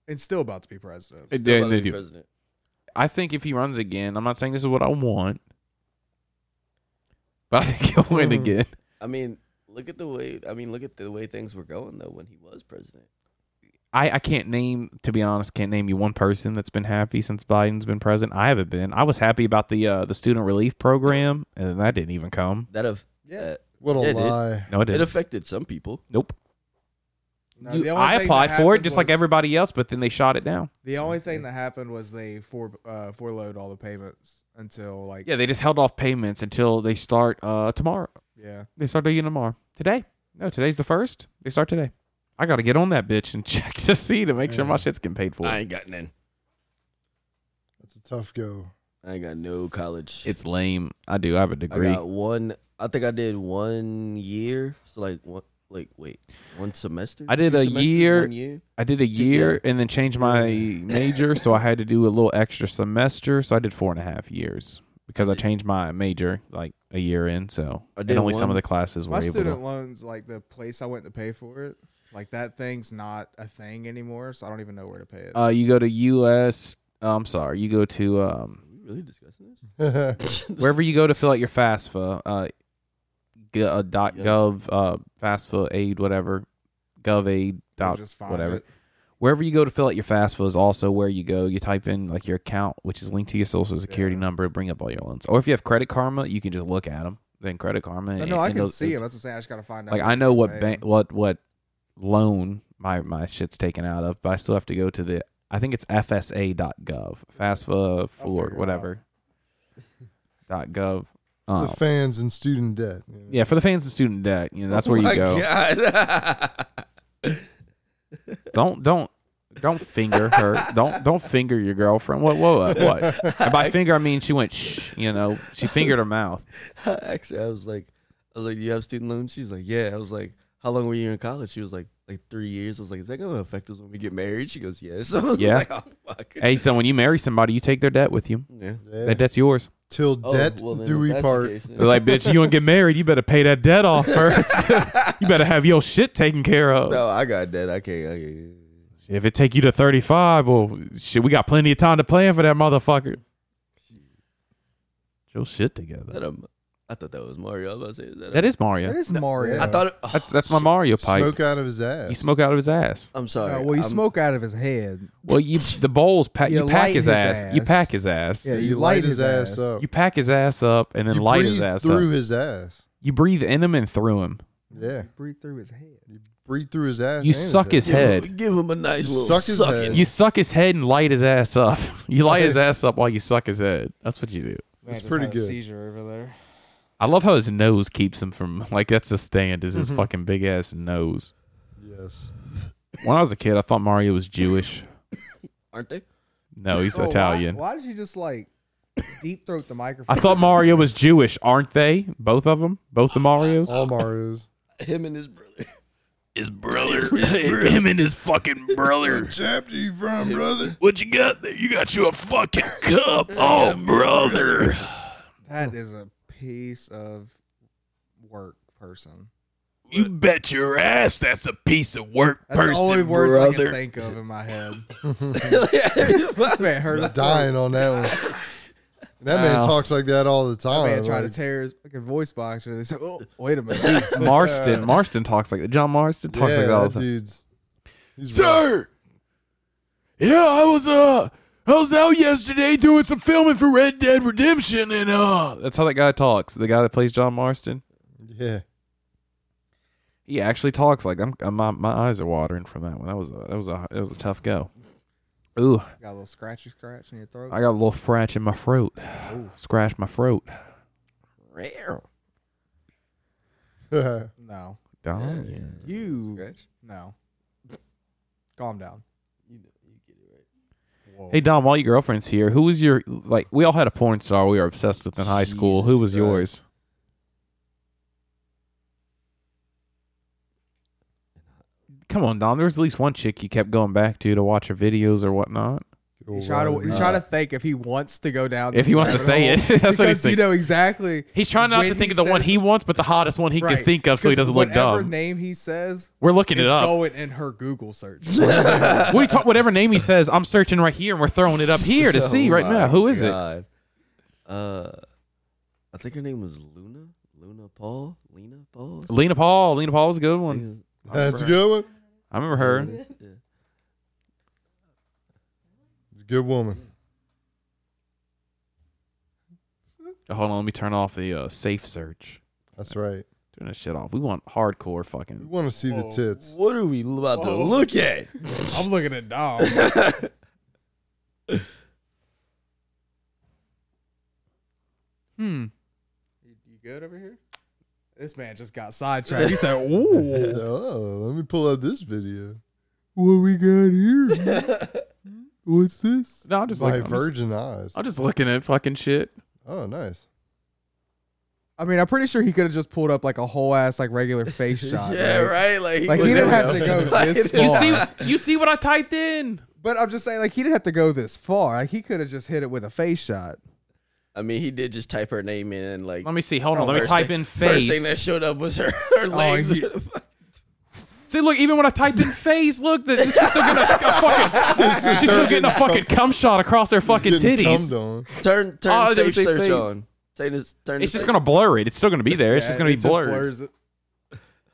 Speaker 2: and still about to be president.
Speaker 3: It-
Speaker 4: still
Speaker 3: yeah,
Speaker 4: love
Speaker 3: they
Speaker 4: you,
Speaker 3: do.
Speaker 4: president.
Speaker 3: I think if he runs again, I'm not saying this is what I want, but I think he'll win
Speaker 2: Mm-hmm.
Speaker 1: Mhm.
Speaker 3: again.
Speaker 4: I mean, look at the way. I mean, look at the way things were going though when he was president.
Speaker 3: I, I can't name, to be honest, can't name you one person that's been happy since Biden's been president. I haven't been. I was happy about the uh, the student relief program, and that didn't even come.
Speaker 4: That of
Speaker 2: Yeah.
Speaker 4: uh,
Speaker 1: What a
Speaker 4: Yeah, dude.
Speaker 1: lie.
Speaker 3: No, it
Speaker 4: it
Speaker 3: didn't.
Speaker 4: affected some people.
Speaker 3: nope.
Speaker 2: No,
Speaker 3: You-
Speaker 2: the only
Speaker 3: I
Speaker 2: thing
Speaker 3: applied
Speaker 2: that
Speaker 3: for it
Speaker 2: happened
Speaker 3: just like
Speaker 2: was-
Speaker 3: everybody else, but then they shot it down.
Speaker 2: The only thing that happened was they for uh, foreload all the payments until like
Speaker 3: Yeah, they just held off payments until they start uh, tomorrow.
Speaker 2: yeah.
Speaker 3: They start doing it tomorrow. Today? No, today's the first. They start today. I got to get on that bitch and check to see to make sure my shit's getting paid for.
Speaker 4: I ain't got none.
Speaker 1: That's a tough go.
Speaker 4: I ain't got no college.
Speaker 3: It's lame. I do. I have a
Speaker 4: I
Speaker 3: degree.
Speaker 4: got one. I think I did one year. So like one. Like wait, one semester.
Speaker 3: I did
Speaker 4: Two
Speaker 3: a
Speaker 4: semesters,
Speaker 3: year.
Speaker 4: One year.
Speaker 3: I did a
Speaker 4: Did you?
Speaker 3: year and then changed my major, so I had to do a little extra semester. So I did four and a half years because I changed my major like a year in. So
Speaker 4: I
Speaker 3: and
Speaker 4: did
Speaker 3: only some
Speaker 4: one-
Speaker 3: of the classes were
Speaker 2: My
Speaker 3: able
Speaker 2: student
Speaker 3: to.
Speaker 2: loans, like the place I went to pay for it, like that thing's not a thing anymore, so I don't even know where to pay it.
Speaker 3: Uh, you go to U.S. oh, I'm sorry. You go to um,
Speaker 4: Are we really discussing this?
Speaker 3: wherever you go to fill out your FAFSA, uh, g- uh, dot
Speaker 4: Yes.
Speaker 3: gov, uh, FAFSA aid, whatever, gov aid
Speaker 2: We'll
Speaker 3: dot
Speaker 2: just find
Speaker 3: whatever.
Speaker 2: it.
Speaker 3: wherever you go to fill out your FAFSA is also where you go. You type in like your account, which is linked to your social security
Speaker 2: Yeah.
Speaker 3: number, bring up all your loans. Or if you have Credit Karma, you can just look at them. Then Credit Karma.
Speaker 2: No,
Speaker 3: and-
Speaker 2: no, I
Speaker 3: and
Speaker 2: can
Speaker 3: they'll-
Speaker 2: see them. That's what I'm saying. I just gotta find out.
Speaker 3: Like
Speaker 2: where
Speaker 3: I know
Speaker 2: to
Speaker 3: what
Speaker 2: pay
Speaker 3: bank,
Speaker 2: 'em.
Speaker 3: what what loan my my shit's taken out of, but I still have to go to the. I think it's FSA.gov, FAFSA for
Speaker 2: figure it out.
Speaker 3: whatever. Dot gov.
Speaker 1: The
Speaker 3: Um,
Speaker 1: fans and student debt.
Speaker 3: yeah, for the fans of student debt, you know that's where
Speaker 4: Oh
Speaker 3: you
Speaker 4: my
Speaker 3: go.
Speaker 4: God.
Speaker 3: Don't don't don't finger her. don't don't finger your girlfriend. What what what? And by finger I mean she went shh. You know she fingered her mouth.
Speaker 4: Actually, I was like, I was like, you have student loans? She's like, yeah. I was like, how long were you in college? She was like, like three years. I was like, is that gonna affect us when we get married? She goes, yes. I was
Speaker 3: Yeah.
Speaker 4: like, oh fuck.
Speaker 3: Hey, so when you marry somebody, you take their debt with you.
Speaker 4: Yeah.
Speaker 1: Yeah.
Speaker 3: That debt's yours.
Speaker 1: Till
Speaker 4: Oh,
Speaker 1: debt
Speaker 4: well, then
Speaker 1: do
Speaker 4: if
Speaker 1: we
Speaker 4: that's the
Speaker 1: part.
Speaker 4: case, then-
Speaker 3: They're like, bitch, you want to get married? You better pay that debt off first. you better have your shit taken care of.
Speaker 4: no, I got debt. I can't. I can't.
Speaker 3: If it take you to thirty five, well, shit, we got plenty of time to plan for that motherfucker. Get Your shit
Speaker 4: That
Speaker 3: together.
Speaker 4: um, I thought that was Mario. I was about to say is that.
Speaker 3: That
Speaker 4: a-
Speaker 3: is Mario.
Speaker 2: That is Mario.
Speaker 1: Yeah.
Speaker 4: I thought. It, oh,
Speaker 3: that's that's my Mario pipe.
Speaker 1: Smoke out of his ass.
Speaker 3: He smoke out of his ass.
Speaker 4: oh, I'm sorry.
Speaker 2: No, well, you
Speaker 4: I'm-
Speaker 2: smoke out of his head.
Speaker 3: Well, you the bowls pack.
Speaker 2: You
Speaker 3: You, pack
Speaker 2: light
Speaker 3: his,
Speaker 2: his
Speaker 3: ass. You
Speaker 2: ass.
Speaker 3: pack his ass.
Speaker 2: Yeah,
Speaker 1: Yeah,
Speaker 2: you
Speaker 1: you
Speaker 2: light
Speaker 1: light
Speaker 2: his
Speaker 1: his
Speaker 2: ass.
Speaker 1: ass up.
Speaker 3: You pack his ass up and then
Speaker 1: You
Speaker 3: light
Speaker 1: breathe
Speaker 3: his ass
Speaker 1: through
Speaker 3: up.
Speaker 1: his ass.
Speaker 3: You breathe in him and through him.
Speaker 1: Yeah.
Speaker 2: Breathe through his head.
Speaker 1: You breathe through his ass.
Speaker 3: You
Speaker 1: and
Speaker 3: suck his
Speaker 4: give him-
Speaker 3: head.
Speaker 4: Give him a nice
Speaker 1: You
Speaker 4: little
Speaker 1: suck his
Speaker 4: sucking.
Speaker 1: head.
Speaker 3: You suck his head and light his ass up. You light his ass up while you suck his head. That's what you do.
Speaker 1: It's pretty good.
Speaker 2: seizure over there.
Speaker 3: I love how his nose keeps him from like that's the stand is
Speaker 2: Mm-hmm.
Speaker 3: his fucking big ass nose.
Speaker 1: Yes.
Speaker 3: When I was a kid, I thought Mario was Jewish.
Speaker 4: Aren't they?
Speaker 3: No, he's
Speaker 2: Oh, why-
Speaker 3: Italian.
Speaker 2: Why, did you just like deep throat the
Speaker 3: I
Speaker 2: microphone?
Speaker 3: thought Mario was Jewish, aren't they? Both of them? Both the Marios?
Speaker 1: All Mario's.
Speaker 4: Him and his brother.
Speaker 3: His brother. Him and his fucking brother.
Speaker 1: Chapter you from, brother?
Speaker 3: What you got there? You got you a fucking cup. Oh, brother.
Speaker 2: that is a piece of work, person.
Speaker 3: You bet your ass that's a piece of work,
Speaker 2: That's the only words I can think of in my head. man heard his throat.
Speaker 1: Dying on that one. And that man
Speaker 3: Wow.
Speaker 1: talks like that all the
Speaker 2: That
Speaker 1: time.
Speaker 2: man tried to
Speaker 1: like,
Speaker 2: tear his fucking voice box. And they said, "Oh, wait a minute."
Speaker 3: Marston. Marston talks like that. John Marston talks
Speaker 1: yeah,
Speaker 3: like that all
Speaker 1: that
Speaker 3: the time.
Speaker 1: dude's. He's
Speaker 3: Sir! Yeah, I was uh I was out yesterday doing some filming for Red Dead Redemption and uh That's how that guy talks. The guy that plays John Marston.
Speaker 1: rough. Yeah.
Speaker 3: He actually talks like I'm, I'm my, my eyes are watering from that one. That was a that was a that was a tough go. Ooh,
Speaker 2: Got a little scratchy scratch in your throat.
Speaker 3: I got a little scratch in my throat. Scratch my throat.
Speaker 2: no,
Speaker 3: Darn
Speaker 4: Yeah.
Speaker 3: you.
Speaker 2: you
Speaker 4: Scratch.
Speaker 2: no. Calm down.
Speaker 4: You know, you get it right.
Speaker 2: Whoa.
Speaker 3: Hey Dom, all your girlfriends here. Who was your like? We all had a porn star we were obsessed with in high school. Who
Speaker 4: Jesus
Speaker 3: was yours? Come on, Dom. There was at least one chick you kept going back to to watch her videos or whatnot.
Speaker 2: He's trying to he's trying to think if he wants to go down.
Speaker 3: If
Speaker 2: this
Speaker 3: he wants to
Speaker 2: rabbit
Speaker 3: say
Speaker 2: hole,
Speaker 3: it. That's what he's
Speaker 2: because you
Speaker 3: thinking.
Speaker 2: know exactly.
Speaker 3: He's trying not
Speaker 2: when
Speaker 3: to think
Speaker 2: he
Speaker 3: of the one
Speaker 2: says-
Speaker 3: he wants, but the hottest one he
Speaker 2: Right.
Speaker 3: can think of, so he
Speaker 2: Because
Speaker 3: doesn't look
Speaker 2: whatever
Speaker 3: dumb.
Speaker 2: name he says
Speaker 3: We're looking it
Speaker 2: is
Speaker 3: up.
Speaker 2: going in her Google search.
Speaker 3: what you talk, whatever name he says, I'm searching right here, and we're throwing it up here to
Speaker 4: Oh
Speaker 3: see right
Speaker 4: my
Speaker 3: now. Who is it?
Speaker 4: God. Uh, I think her name was Luna. Luna Paul. Lena Paul. or
Speaker 3: Lena Paul. Lena Paul was a good one.
Speaker 4: something.
Speaker 1: Uh, That's a good one.
Speaker 3: I remember her.
Speaker 4: Yeah.
Speaker 1: It's a good woman.
Speaker 3: Hold on, let me turn off the uh, safe search.
Speaker 1: That's right.
Speaker 3: Turn that shit off. We want hardcore
Speaker 1: We
Speaker 3: fucking.
Speaker 1: want to see the
Speaker 2: Whoa.
Speaker 1: tits.
Speaker 4: What are we about to
Speaker 2: Whoa.
Speaker 4: look at?
Speaker 2: I'm looking at Dom.
Speaker 3: Hmm.
Speaker 2: You good over here? This man just got sidetracked. He said, "Ooh,
Speaker 1: Oh, let me pull up this video.
Speaker 2: what we got here? What's this?"
Speaker 3: No, I'm just
Speaker 1: My
Speaker 3: like I'm just,
Speaker 1: virgin eyes.
Speaker 3: I'm just looking at fucking shit.
Speaker 1: Oh, nice.
Speaker 2: I mean, I'm pretty sure he could have just pulled up like a whole ass like regular face shot.
Speaker 4: yeah,
Speaker 2: right?
Speaker 4: right. Like,
Speaker 2: Like he
Speaker 4: Look
Speaker 2: didn't
Speaker 4: at
Speaker 2: have to
Speaker 4: him.
Speaker 2: go
Speaker 4: Like,
Speaker 2: this
Speaker 4: it
Speaker 3: You
Speaker 4: is-
Speaker 2: far.
Speaker 3: see, you see what I typed in.
Speaker 2: But I'm just saying, like he didn't have to go this far. Like he could have just hit it with a face shot.
Speaker 4: I mean, he did just type her name in and like.
Speaker 3: Let me see. Hold on. Let me
Speaker 4: Oh, first
Speaker 3: type
Speaker 4: thing-
Speaker 3: in
Speaker 4: First thing that
Speaker 3: face.
Speaker 4: showed up was her,
Speaker 2: Oh,
Speaker 4: her legs.
Speaker 2: yeah.
Speaker 3: See, look, even when I typed in face, look, the, she's still getting a, a fucking, she's still getting a fucking cum shot across her fucking
Speaker 1: Getting
Speaker 3: titties.
Speaker 1: cummed on.
Speaker 4: turn turn
Speaker 3: Oh, it
Speaker 4: safe
Speaker 3: doesn't say
Speaker 4: search
Speaker 3: face.
Speaker 4: on. Turn his, turn
Speaker 3: It's just
Speaker 4: the safe-
Speaker 3: gonna blur it. It's still gonna be there. It's just gonna
Speaker 2: Yeah,
Speaker 3: be
Speaker 2: it
Speaker 3: blurred.
Speaker 2: blurs it.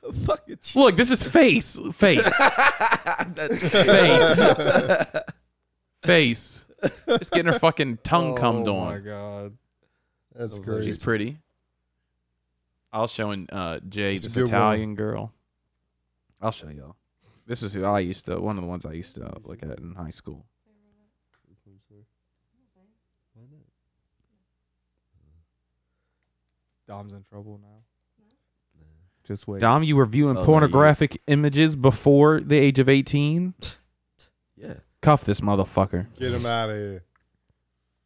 Speaker 4: fucking. cheat.
Speaker 3: Look, this is face, face,
Speaker 4: That's-
Speaker 3: face, face. It's getting her fucking tongue cummed
Speaker 2: Oh my
Speaker 3: on.
Speaker 2: god!
Speaker 1: That's
Speaker 4: She's
Speaker 1: great.
Speaker 3: She's pretty. I was showing uh, Jay
Speaker 1: That's a
Speaker 3: this
Speaker 1: good one.
Speaker 3: Italian girl. I'll show y'all. This is who I used to. One of the ones I used to uh, look at in high school.
Speaker 2: Dom's in trouble now. Just wait.
Speaker 3: Dom, you were viewing
Speaker 4: Oh, no,
Speaker 3: pornographic images before the age of eighteen.
Speaker 4: yeah.
Speaker 3: Cuff this motherfucker.
Speaker 1: Get him out of here.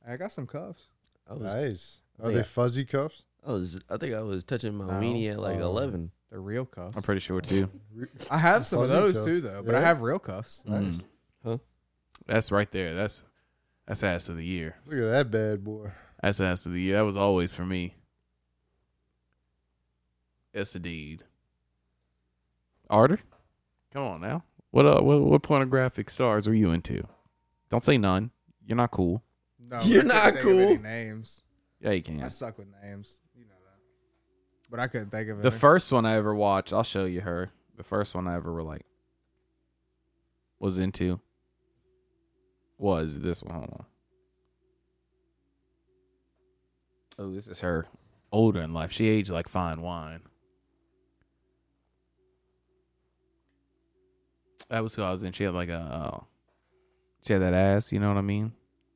Speaker 2: I got some cuffs.
Speaker 4: I was,
Speaker 1: Nice. Are
Speaker 4: Yeah.
Speaker 1: they fuzzy cuffs?
Speaker 4: I was. I think I was touching my
Speaker 2: No.
Speaker 4: weenie at like
Speaker 1: Oh.
Speaker 4: eleven.
Speaker 2: They're real cuffs.
Speaker 3: I'm pretty sure too.
Speaker 2: I have some of
Speaker 1: Fuzzy
Speaker 2: those
Speaker 1: cuff.
Speaker 2: too, though. But I
Speaker 1: Yeah?
Speaker 2: have real cuffs.
Speaker 1: Nice.
Speaker 3: Mm.
Speaker 4: Huh?
Speaker 3: That's right there. That's that's ass of the year.
Speaker 1: Look at that bad boy.
Speaker 3: That's ass of the year. That was always for me. Yes, indeed. Arter, come on now. What uh, what, what pornographic stars were you into? Don't say none. You're not cool.
Speaker 2: No,
Speaker 4: You're
Speaker 2: I couldn't
Speaker 4: not
Speaker 2: think of any
Speaker 4: cool.
Speaker 2: names.
Speaker 3: Yeah, you
Speaker 2: I
Speaker 3: can.
Speaker 2: suck with names. You know that. But I couldn't think of it.
Speaker 3: The first one I ever watched, I'll show you her. The first one I ever were like was into was this one. Hold on. Oh, this is her older in life. She aged like fine wine. That was who I was in. She had like a, uh, she had that ass. You know what I mean?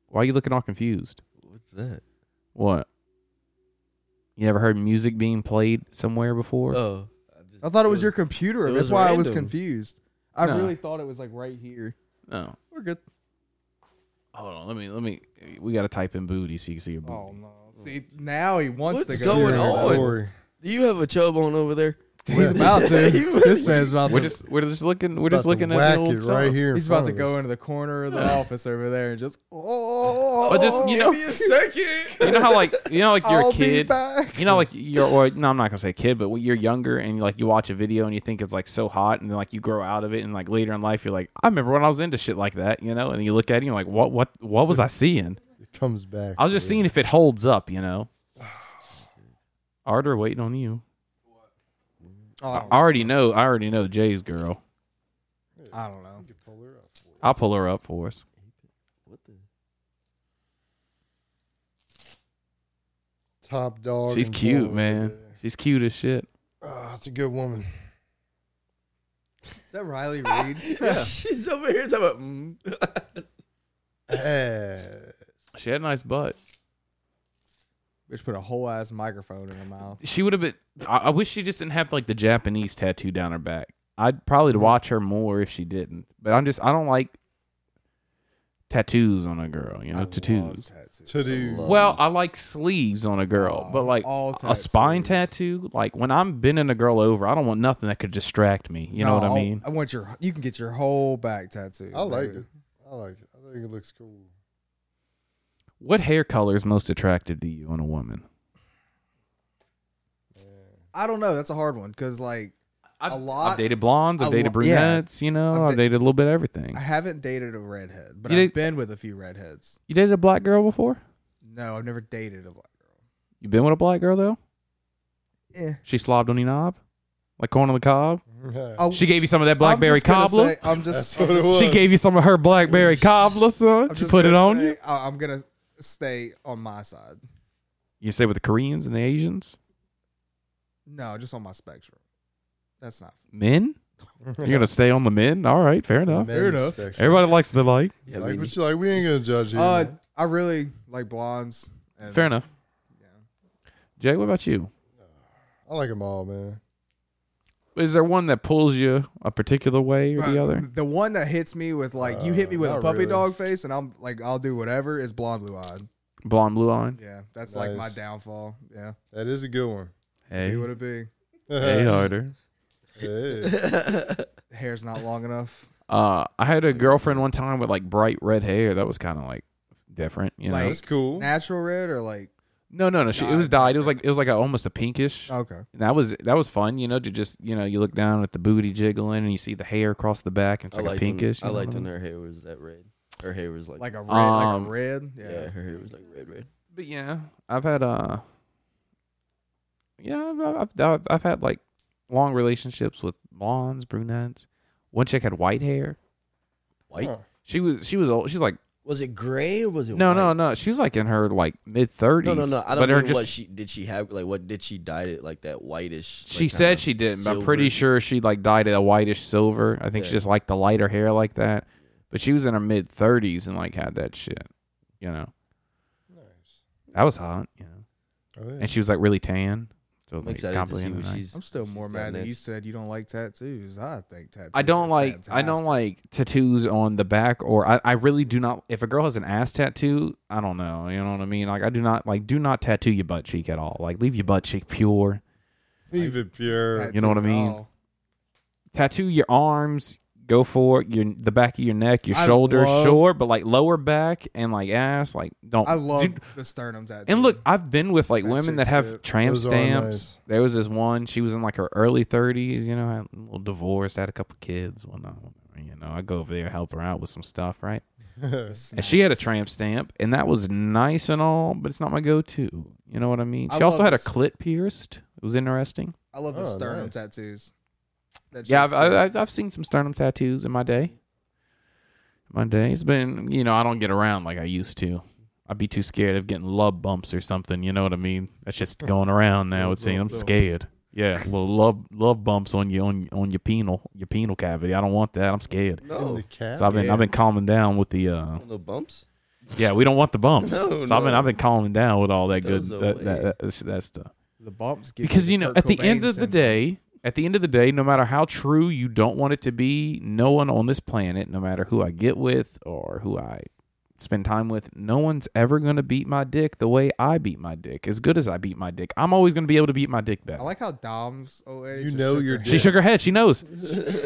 Speaker 3: Why are you looking all confused?
Speaker 4: What's that?
Speaker 3: What? You never heard music being played somewhere before?
Speaker 4: Oh, just-
Speaker 2: I thought it was your computer.
Speaker 4: it
Speaker 2: That's
Speaker 4: was
Speaker 2: why I was
Speaker 4: random.
Speaker 2: confused. I
Speaker 3: No.
Speaker 2: really thought it was like right here.
Speaker 3: No.
Speaker 2: We're good.
Speaker 3: Hold on, let me let me. We gotta type in booty so you can see your booty.
Speaker 2: Oh no! See now he wants
Speaker 4: What's
Speaker 2: to go.
Speaker 4: going
Speaker 1: Dear
Speaker 4: on?
Speaker 1: Lord.
Speaker 4: Do you have a chub on over there?
Speaker 2: He's about to. this man's about
Speaker 3: we're
Speaker 2: to.
Speaker 3: just we're just looking we're
Speaker 1: Oh. About
Speaker 3: just
Speaker 1: to
Speaker 3: looking at
Speaker 1: whack
Speaker 3: the old
Speaker 1: it
Speaker 3: song.
Speaker 1: right here. in
Speaker 2: He's about
Speaker 1: front
Speaker 2: to
Speaker 1: of
Speaker 2: go
Speaker 1: us.
Speaker 2: into the corner of the office over there and just. Oh,
Speaker 3: But just, you know-
Speaker 2: give me a second.
Speaker 3: You know how like you know like you're
Speaker 2: I'll
Speaker 3: a kid.
Speaker 2: Be back.
Speaker 3: You know, like you're, or no, I'm not gonna say kid, but when you're younger and like you watch a video and you think it's like so hot, and then like you grow out of it, and like later in life you're like, I remember when I was into shit like that, you know, and you look at it, and you're like, what, what, what was I seeing?
Speaker 1: It comes back.
Speaker 3: I was just
Speaker 1: dude.
Speaker 3: seeing if it holds up, you know. Arter waiting on you.
Speaker 2: Oh,
Speaker 3: I already know. I already know Jay's girl.
Speaker 2: I don't know.
Speaker 1: You can pull her up for
Speaker 3: I'll pull her up for us.
Speaker 4: What the?
Speaker 1: it. Top dog.
Speaker 3: She's
Speaker 1: and
Speaker 3: cute,
Speaker 1: boy.
Speaker 3: man. She's cute as shit.
Speaker 1: Ah, that's a good woman.
Speaker 2: Is that Riley Reed?
Speaker 4: She's over here talking about. Mm.
Speaker 1: Ass.
Speaker 3: She had a nice butt.
Speaker 2: Bitch put a whole ass microphone in her mouth.
Speaker 3: She would have been. I, I wish she just didn't have like the Japanese tattoo down her back. I'd
Speaker 2: Mm.
Speaker 3: probably watch her more if she didn't. But I'm just. I don't like tattoos on a girl. You know, tattoos.
Speaker 1: To do.
Speaker 4: love-
Speaker 3: Well, I like sleeves on a girl,
Speaker 2: Oh,
Speaker 3: but like
Speaker 2: all
Speaker 3: a spine
Speaker 2: tattoos.
Speaker 3: tattoo. Like when I'm bending a girl over, I don't want nothing that could distract me. You know what I mean?
Speaker 2: I want your. You can get your whole back tattooed.
Speaker 1: I like
Speaker 2: baby.
Speaker 1: it. I like it. I think it looks cool.
Speaker 3: What hair color is most attractive to you in a woman?
Speaker 2: I don't know. That's a hard one because like
Speaker 3: I've,
Speaker 2: A lot-
Speaker 3: I've dated blondes. I've
Speaker 2: a
Speaker 3: dated
Speaker 2: lo- yeah.
Speaker 3: brunettes. You know,
Speaker 2: I've
Speaker 3: I've,
Speaker 2: da-
Speaker 3: dated a little bit of everything.
Speaker 2: I haven't dated a redhead, but
Speaker 3: You
Speaker 2: I've
Speaker 3: did-
Speaker 2: been with a few redheads.
Speaker 3: You dated a black girl before?
Speaker 2: No, I've never dated a black girl.
Speaker 3: You been with a black girl though?
Speaker 2: Eh.
Speaker 3: She slobbed on your knob, like corn on the cob.
Speaker 1: Yeah.
Speaker 2: Oh,
Speaker 3: She gave you some of that
Speaker 2: I'm
Speaker 3: blackberry
Speaker 2: just gonna
Speaker 3: cobbler.
Speaker 2: say- I'm just.
Speaker 1: That's what it was.
Speaker 3: She gave you some of her blackberry cobbler, son.
Speaker 2: I'm
Speaker 3: She
Speaker 2: just
Speaker 3: put it
Speaker 2: gonna
Speaker 3: on
Speaker 2: say,
Speaker 3: you.
Speaker 2: I- I'm gonna stay on my side.
Speaker 3: You say with the Koreans and the Asians,
Speaker 2: No, just on my spectrum. That's not.
Speaker 3: men. You're gonna stay on the men. All right, fair enough.
Speaker 1: Men's
Speaker 2: Fair enough.
Speaker 1: spectrum.
Speaker 3: Everybody likes the like.
Speaker 4: Yeah,
Speaker 1: like
Speaker 4: baby.
Speaker 1: what you like. We ain't gonna judge you.
Speaker 2: Uh, I really like blondes. And,
Speaker 3: Fair enough.
Speaker 2: Yeah.
Speaker 3: Jay, what about you?
Speaker 1: I like them all, man.
Speaker 3: Is there one that pulls you a particular way or the
Speaker 2: Uh,
Speaker 3: other?
Speaker 2: The one that hits me with like you hit me
Speaker 1: Uh,
Speaker 2: with a
Speaker 1: not
Speaker 2: puppy
Speaker 1: really.
Speaker 2: dog face, and I'm like I'll do whatever. Is blonde blue eyed.
Speaker 3: Blonde, blue eye.
Speaker 2: Yeah, that's like my
Speaker 1: Nice.
Speaker 2: downfall. Yeah,
Speaker 1: That is a good one.
Speaker 3: Hey,
Speaker 2: be what it be.
Speaker 3: hey, harder.
Speaker 1: Hey.
Speaker 2: Hair's not long enough.
Speaker 3: Uh, I had a girlfriend one time with like bright red hair. That was kind of like different, you know.
Speaker 2: Like-
Speaker 1: That's cool.
Speaker 2: Natural red or like
Speaker 3: no, no, no. She, it
Speaker 2: Nah,
Speaker 3: was dyed. It was like it was like a, almost a pinkish.
Speaker 2: okay.
Speaker 3: And that was that was fun, you know, to just you know you look down at the booty jiggling and you see the hair across the back and it's
Speaker 4: I
Speaker 3: like a
Speaker 4: liked when-
Speaker 3: pinkish.
Speaker 4: I
Speaker 3: you know
Speaker 4: liked
Speaker 3: what
Speaker 4: when her hair was that red. Her hair was like,
Speaker 2: Like a red, like
Speaker 3: Um,
Speaker 2: a red.
Speaker 4: yeah.
Speaker 2: Yeah.
Speaker 4: her hair was like red, red.
Speaker 3: But yeah, I've had uh, yeah, I've, I've I've I've had like long relationships with blondes, brunettes. One chick had white hair.
Speaker 4: White?
Speaker 1: Huh.
Speaker 3: She was she was old. She's like
Speaker 4: Was it gray or was it?
Speaker 3: no
Speaker 4: white?
Speaker 3: no no. She was like in her like mid thirties.
Speaker 4: No, no, no. I
Speaker 3: but
Speaker 4: don't
Speaker 3: her
Speaker 4: mean what
Speaker 3: just-
Speaker 4: she did. She have like what did she dye it like that whitish?
Speaker 3: She
Speaker 4: like,
Speaker 3: said
Speaker 4: kinda
Speaker 3: she didn't, but I'm
Speaker 4: silver?
Speaker 3: pretty sure she like dyed it a whitish silver. I think she
Speaker 4: Yeah.
Speaker 3: just liked the lighter hair like that. But she was in her mid thirties and like had that shit. You know,
Speaker 1: Nice.
Speaker 3: that was hot. You know,
Speaker 1: Oh, yeah.
Speaker 3: and she was like really tan. So
Speaker 4: I'm
Speaker 3: like
Speaker 4: excited to see
Speaker 3: complimented.
Speaker 4: what
Speaker 3: nice.
Speaker 4: she's.
Speaker 2: I'm still more
Speaker 4: got
Speaker 2: mad that you
Speaker 4: next.
Speaker 2: said you don't like tattoos. I think tattoos.
Speaker 3: I don't
Speaker 2: are
Speaker 3: like I don't
Speaker 2: fantastic.
Speaker 3: like tattoos on the back or I, I really do not if a girl has an ass tattoo, I don't know. You know what I mean? Like I do not like do not tattoo your butt cheek at all. Like leave your butt cheek pure.
Speaker 1: Leave it pure.
Speaker 2: Tattoo
Speaker 3: you know what I
Speaker 2: at
Speaker 3: mean?
Speaker 2: all.
Speaker 3: tattoo your arms go for it your the back of your neck your
Speaker 2: I
Speaker 3: shoulder
Speaker 2: love-
Speaker 3: sure but like lower back and like ass like don't
Speaker 2: I love
Speaker 3: Dude,
Speaker 2: the sternum tattoo.
Speaker 3: and look i've been with like
Speaker 1: That
Speaker 3: women that
Speaker 1: shit's
Speaker 3: have
Speaker 1: good.
Speaker 3: tramp
Speaker 1: Those are
Speaker 3: stamps
Speaker 1: nice.
Speaker 3: there was this one she was in like her early 30s you know had a little divorced had a couple kids whatnot whatever, you know i go over there help her out with some stuff right and she had a tramp stamp and that was nice and all but it's not my go-to you know what i mean
Speaker 2: I
Speaker 3: she also
Speaker 2: love
Speaker 3: had a
Speaker 2: this.
Speaker 3: clit pierced it was interesting
Speaker 2: I love the
Speaker 1: Oh,
Speaker 2: sternum
Speaker 1: nice.
Speaker 2: tattoos. That
Speaker 3: yeah,
Speaker 2: shit's
Speaker 3: I've,
Speaker 2: good.
Speaker 3: I've, I've seen some sternum tattoos in my day. My day. It's been, you know, I don't get around like I used to. I'd be too scared of getting love bumps or something. You know what I mean? That shit's going around now.
Speaker 1: Love
Speaker 3: It's saying I'm
Speaker 1: bump.
Speaker 3: scared. Yeah, little love love bumps on you on on your penal your penal cavity. I don't want that. I'm scared.
Speaker 1: In the
Speaker 4: No,
Speaker 1: cap.
Speaker 3: So I've been I've been calming down with the uh
Speaker 4: no bumps.
Speaker 3: yeah we don't want the bumps.
Speaker 4: No,
Speaker 3: so I've been
Speaker 4: no.
Speaker 3: I've been calming down with all that good
Speaker 4: Those
Speaker 3: that,
Speaker 4: away.
Speaker 3: that, that, that stuff
Speaker 2: the bumps give
Speaker 3: because
Speaker 2: the
Speaker 3: you know
Speaker 2: Kurt
Speaker 3: at the
Speaker 2: Cobain
Speaker 3: end of the
Speaker 2: syndrome.
Speaker 3: day at the end of the day no matter how true you don't want it to be no one on this planet no matter who i get with or who i spend time with, no one's ever going to beat my dick the way I beat my dick. As good as I beat my dick, I'm always going to be able to beat my dick better.
Speaker 2: I like how Dom's old lady
Speaker 1: You
Speaker 2: just
Speaker 1: know
Speaker 2: shook
Speaker 1: your
Speaker 2: her
Speaker 1: dick.
Speaker 3: she
Speaker 1: Yeah.
Speaker 3: shook her head. She knows.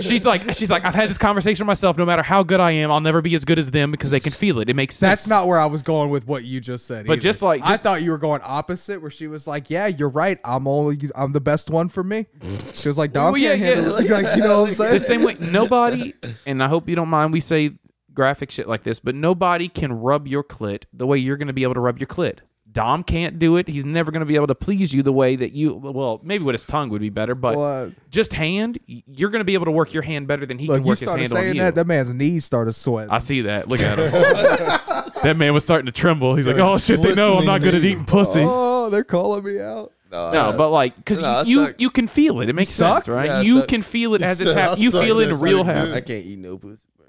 Speaker 3: She's like, she's like, I've had this conversation with myself. No matter how good I am, I'll never be as good as them because they can feel it. It makes sense.
Speaker 2: That's not where I was going with what you just said.
Speaker 3: But
Speaker 2: either.
Speaker 3: just like-
Speaker 2: I
Speaker 3: just-
Speaker 2: thought you were going opposite, where she was like, "Yeah, you're right. I'm only I'm the best one for me." She was like, "Dom
Speaker 3: Well, yeah,
Speaker 2: can't handle
Speaker 3: yeah.
Speaker 2: it." Like, you know what I'm saying?
Speaker 3: the same way nobody and i hope you don't mind we say graphic shit like this but nobody can rub your clit the way you're going to be able to rub your clit dom can't do it he's never going to be able to please you the way that you well maybe with his tongue would be better but
Speaker 2: Well, uh,
Speaker 3: just hand y- you're going to be able to work your hand better than he
Speaker 2: Look,
Speaker 3: can
Speaker 2: you
Speaker 3: work his
Speaker 2: started
Speaker 3: hand on you
Speaker 2: saying that. That man's knees started sweating.
Speaker 3: I see that. Look at him. that man was starting to tremble. He's like, "Oh shit, they know I'm not good at
Speaker 1: Glistening knee.
Speaker 3: eating pussy."
Speaker 2: oh, they're calling me out.
Speaker 4: No,
Speaker 3: No, but like, because
Speaker 4: No, I
Speaker 3: you, you
Speaker 4: suck.
Speaker 3: you can feel it. It makes
Speaker 2: suck?
Speaker 3: sense, right?
Speaker 4: Yeah, I
Speaker 3: you
Speaker 4: suck.
Speaker 3: can feel it as it's
Speaker 1: said I
Speaker 3: happening. You
Speaker 1: suck,
Speaker 3: feel it in
Speaker 1: that's
Speaker 3: real
Speaker 1: not
Speaker 3: happen.
Speaker 1: good.
Speaker 4: I can't eat no pussy, bro.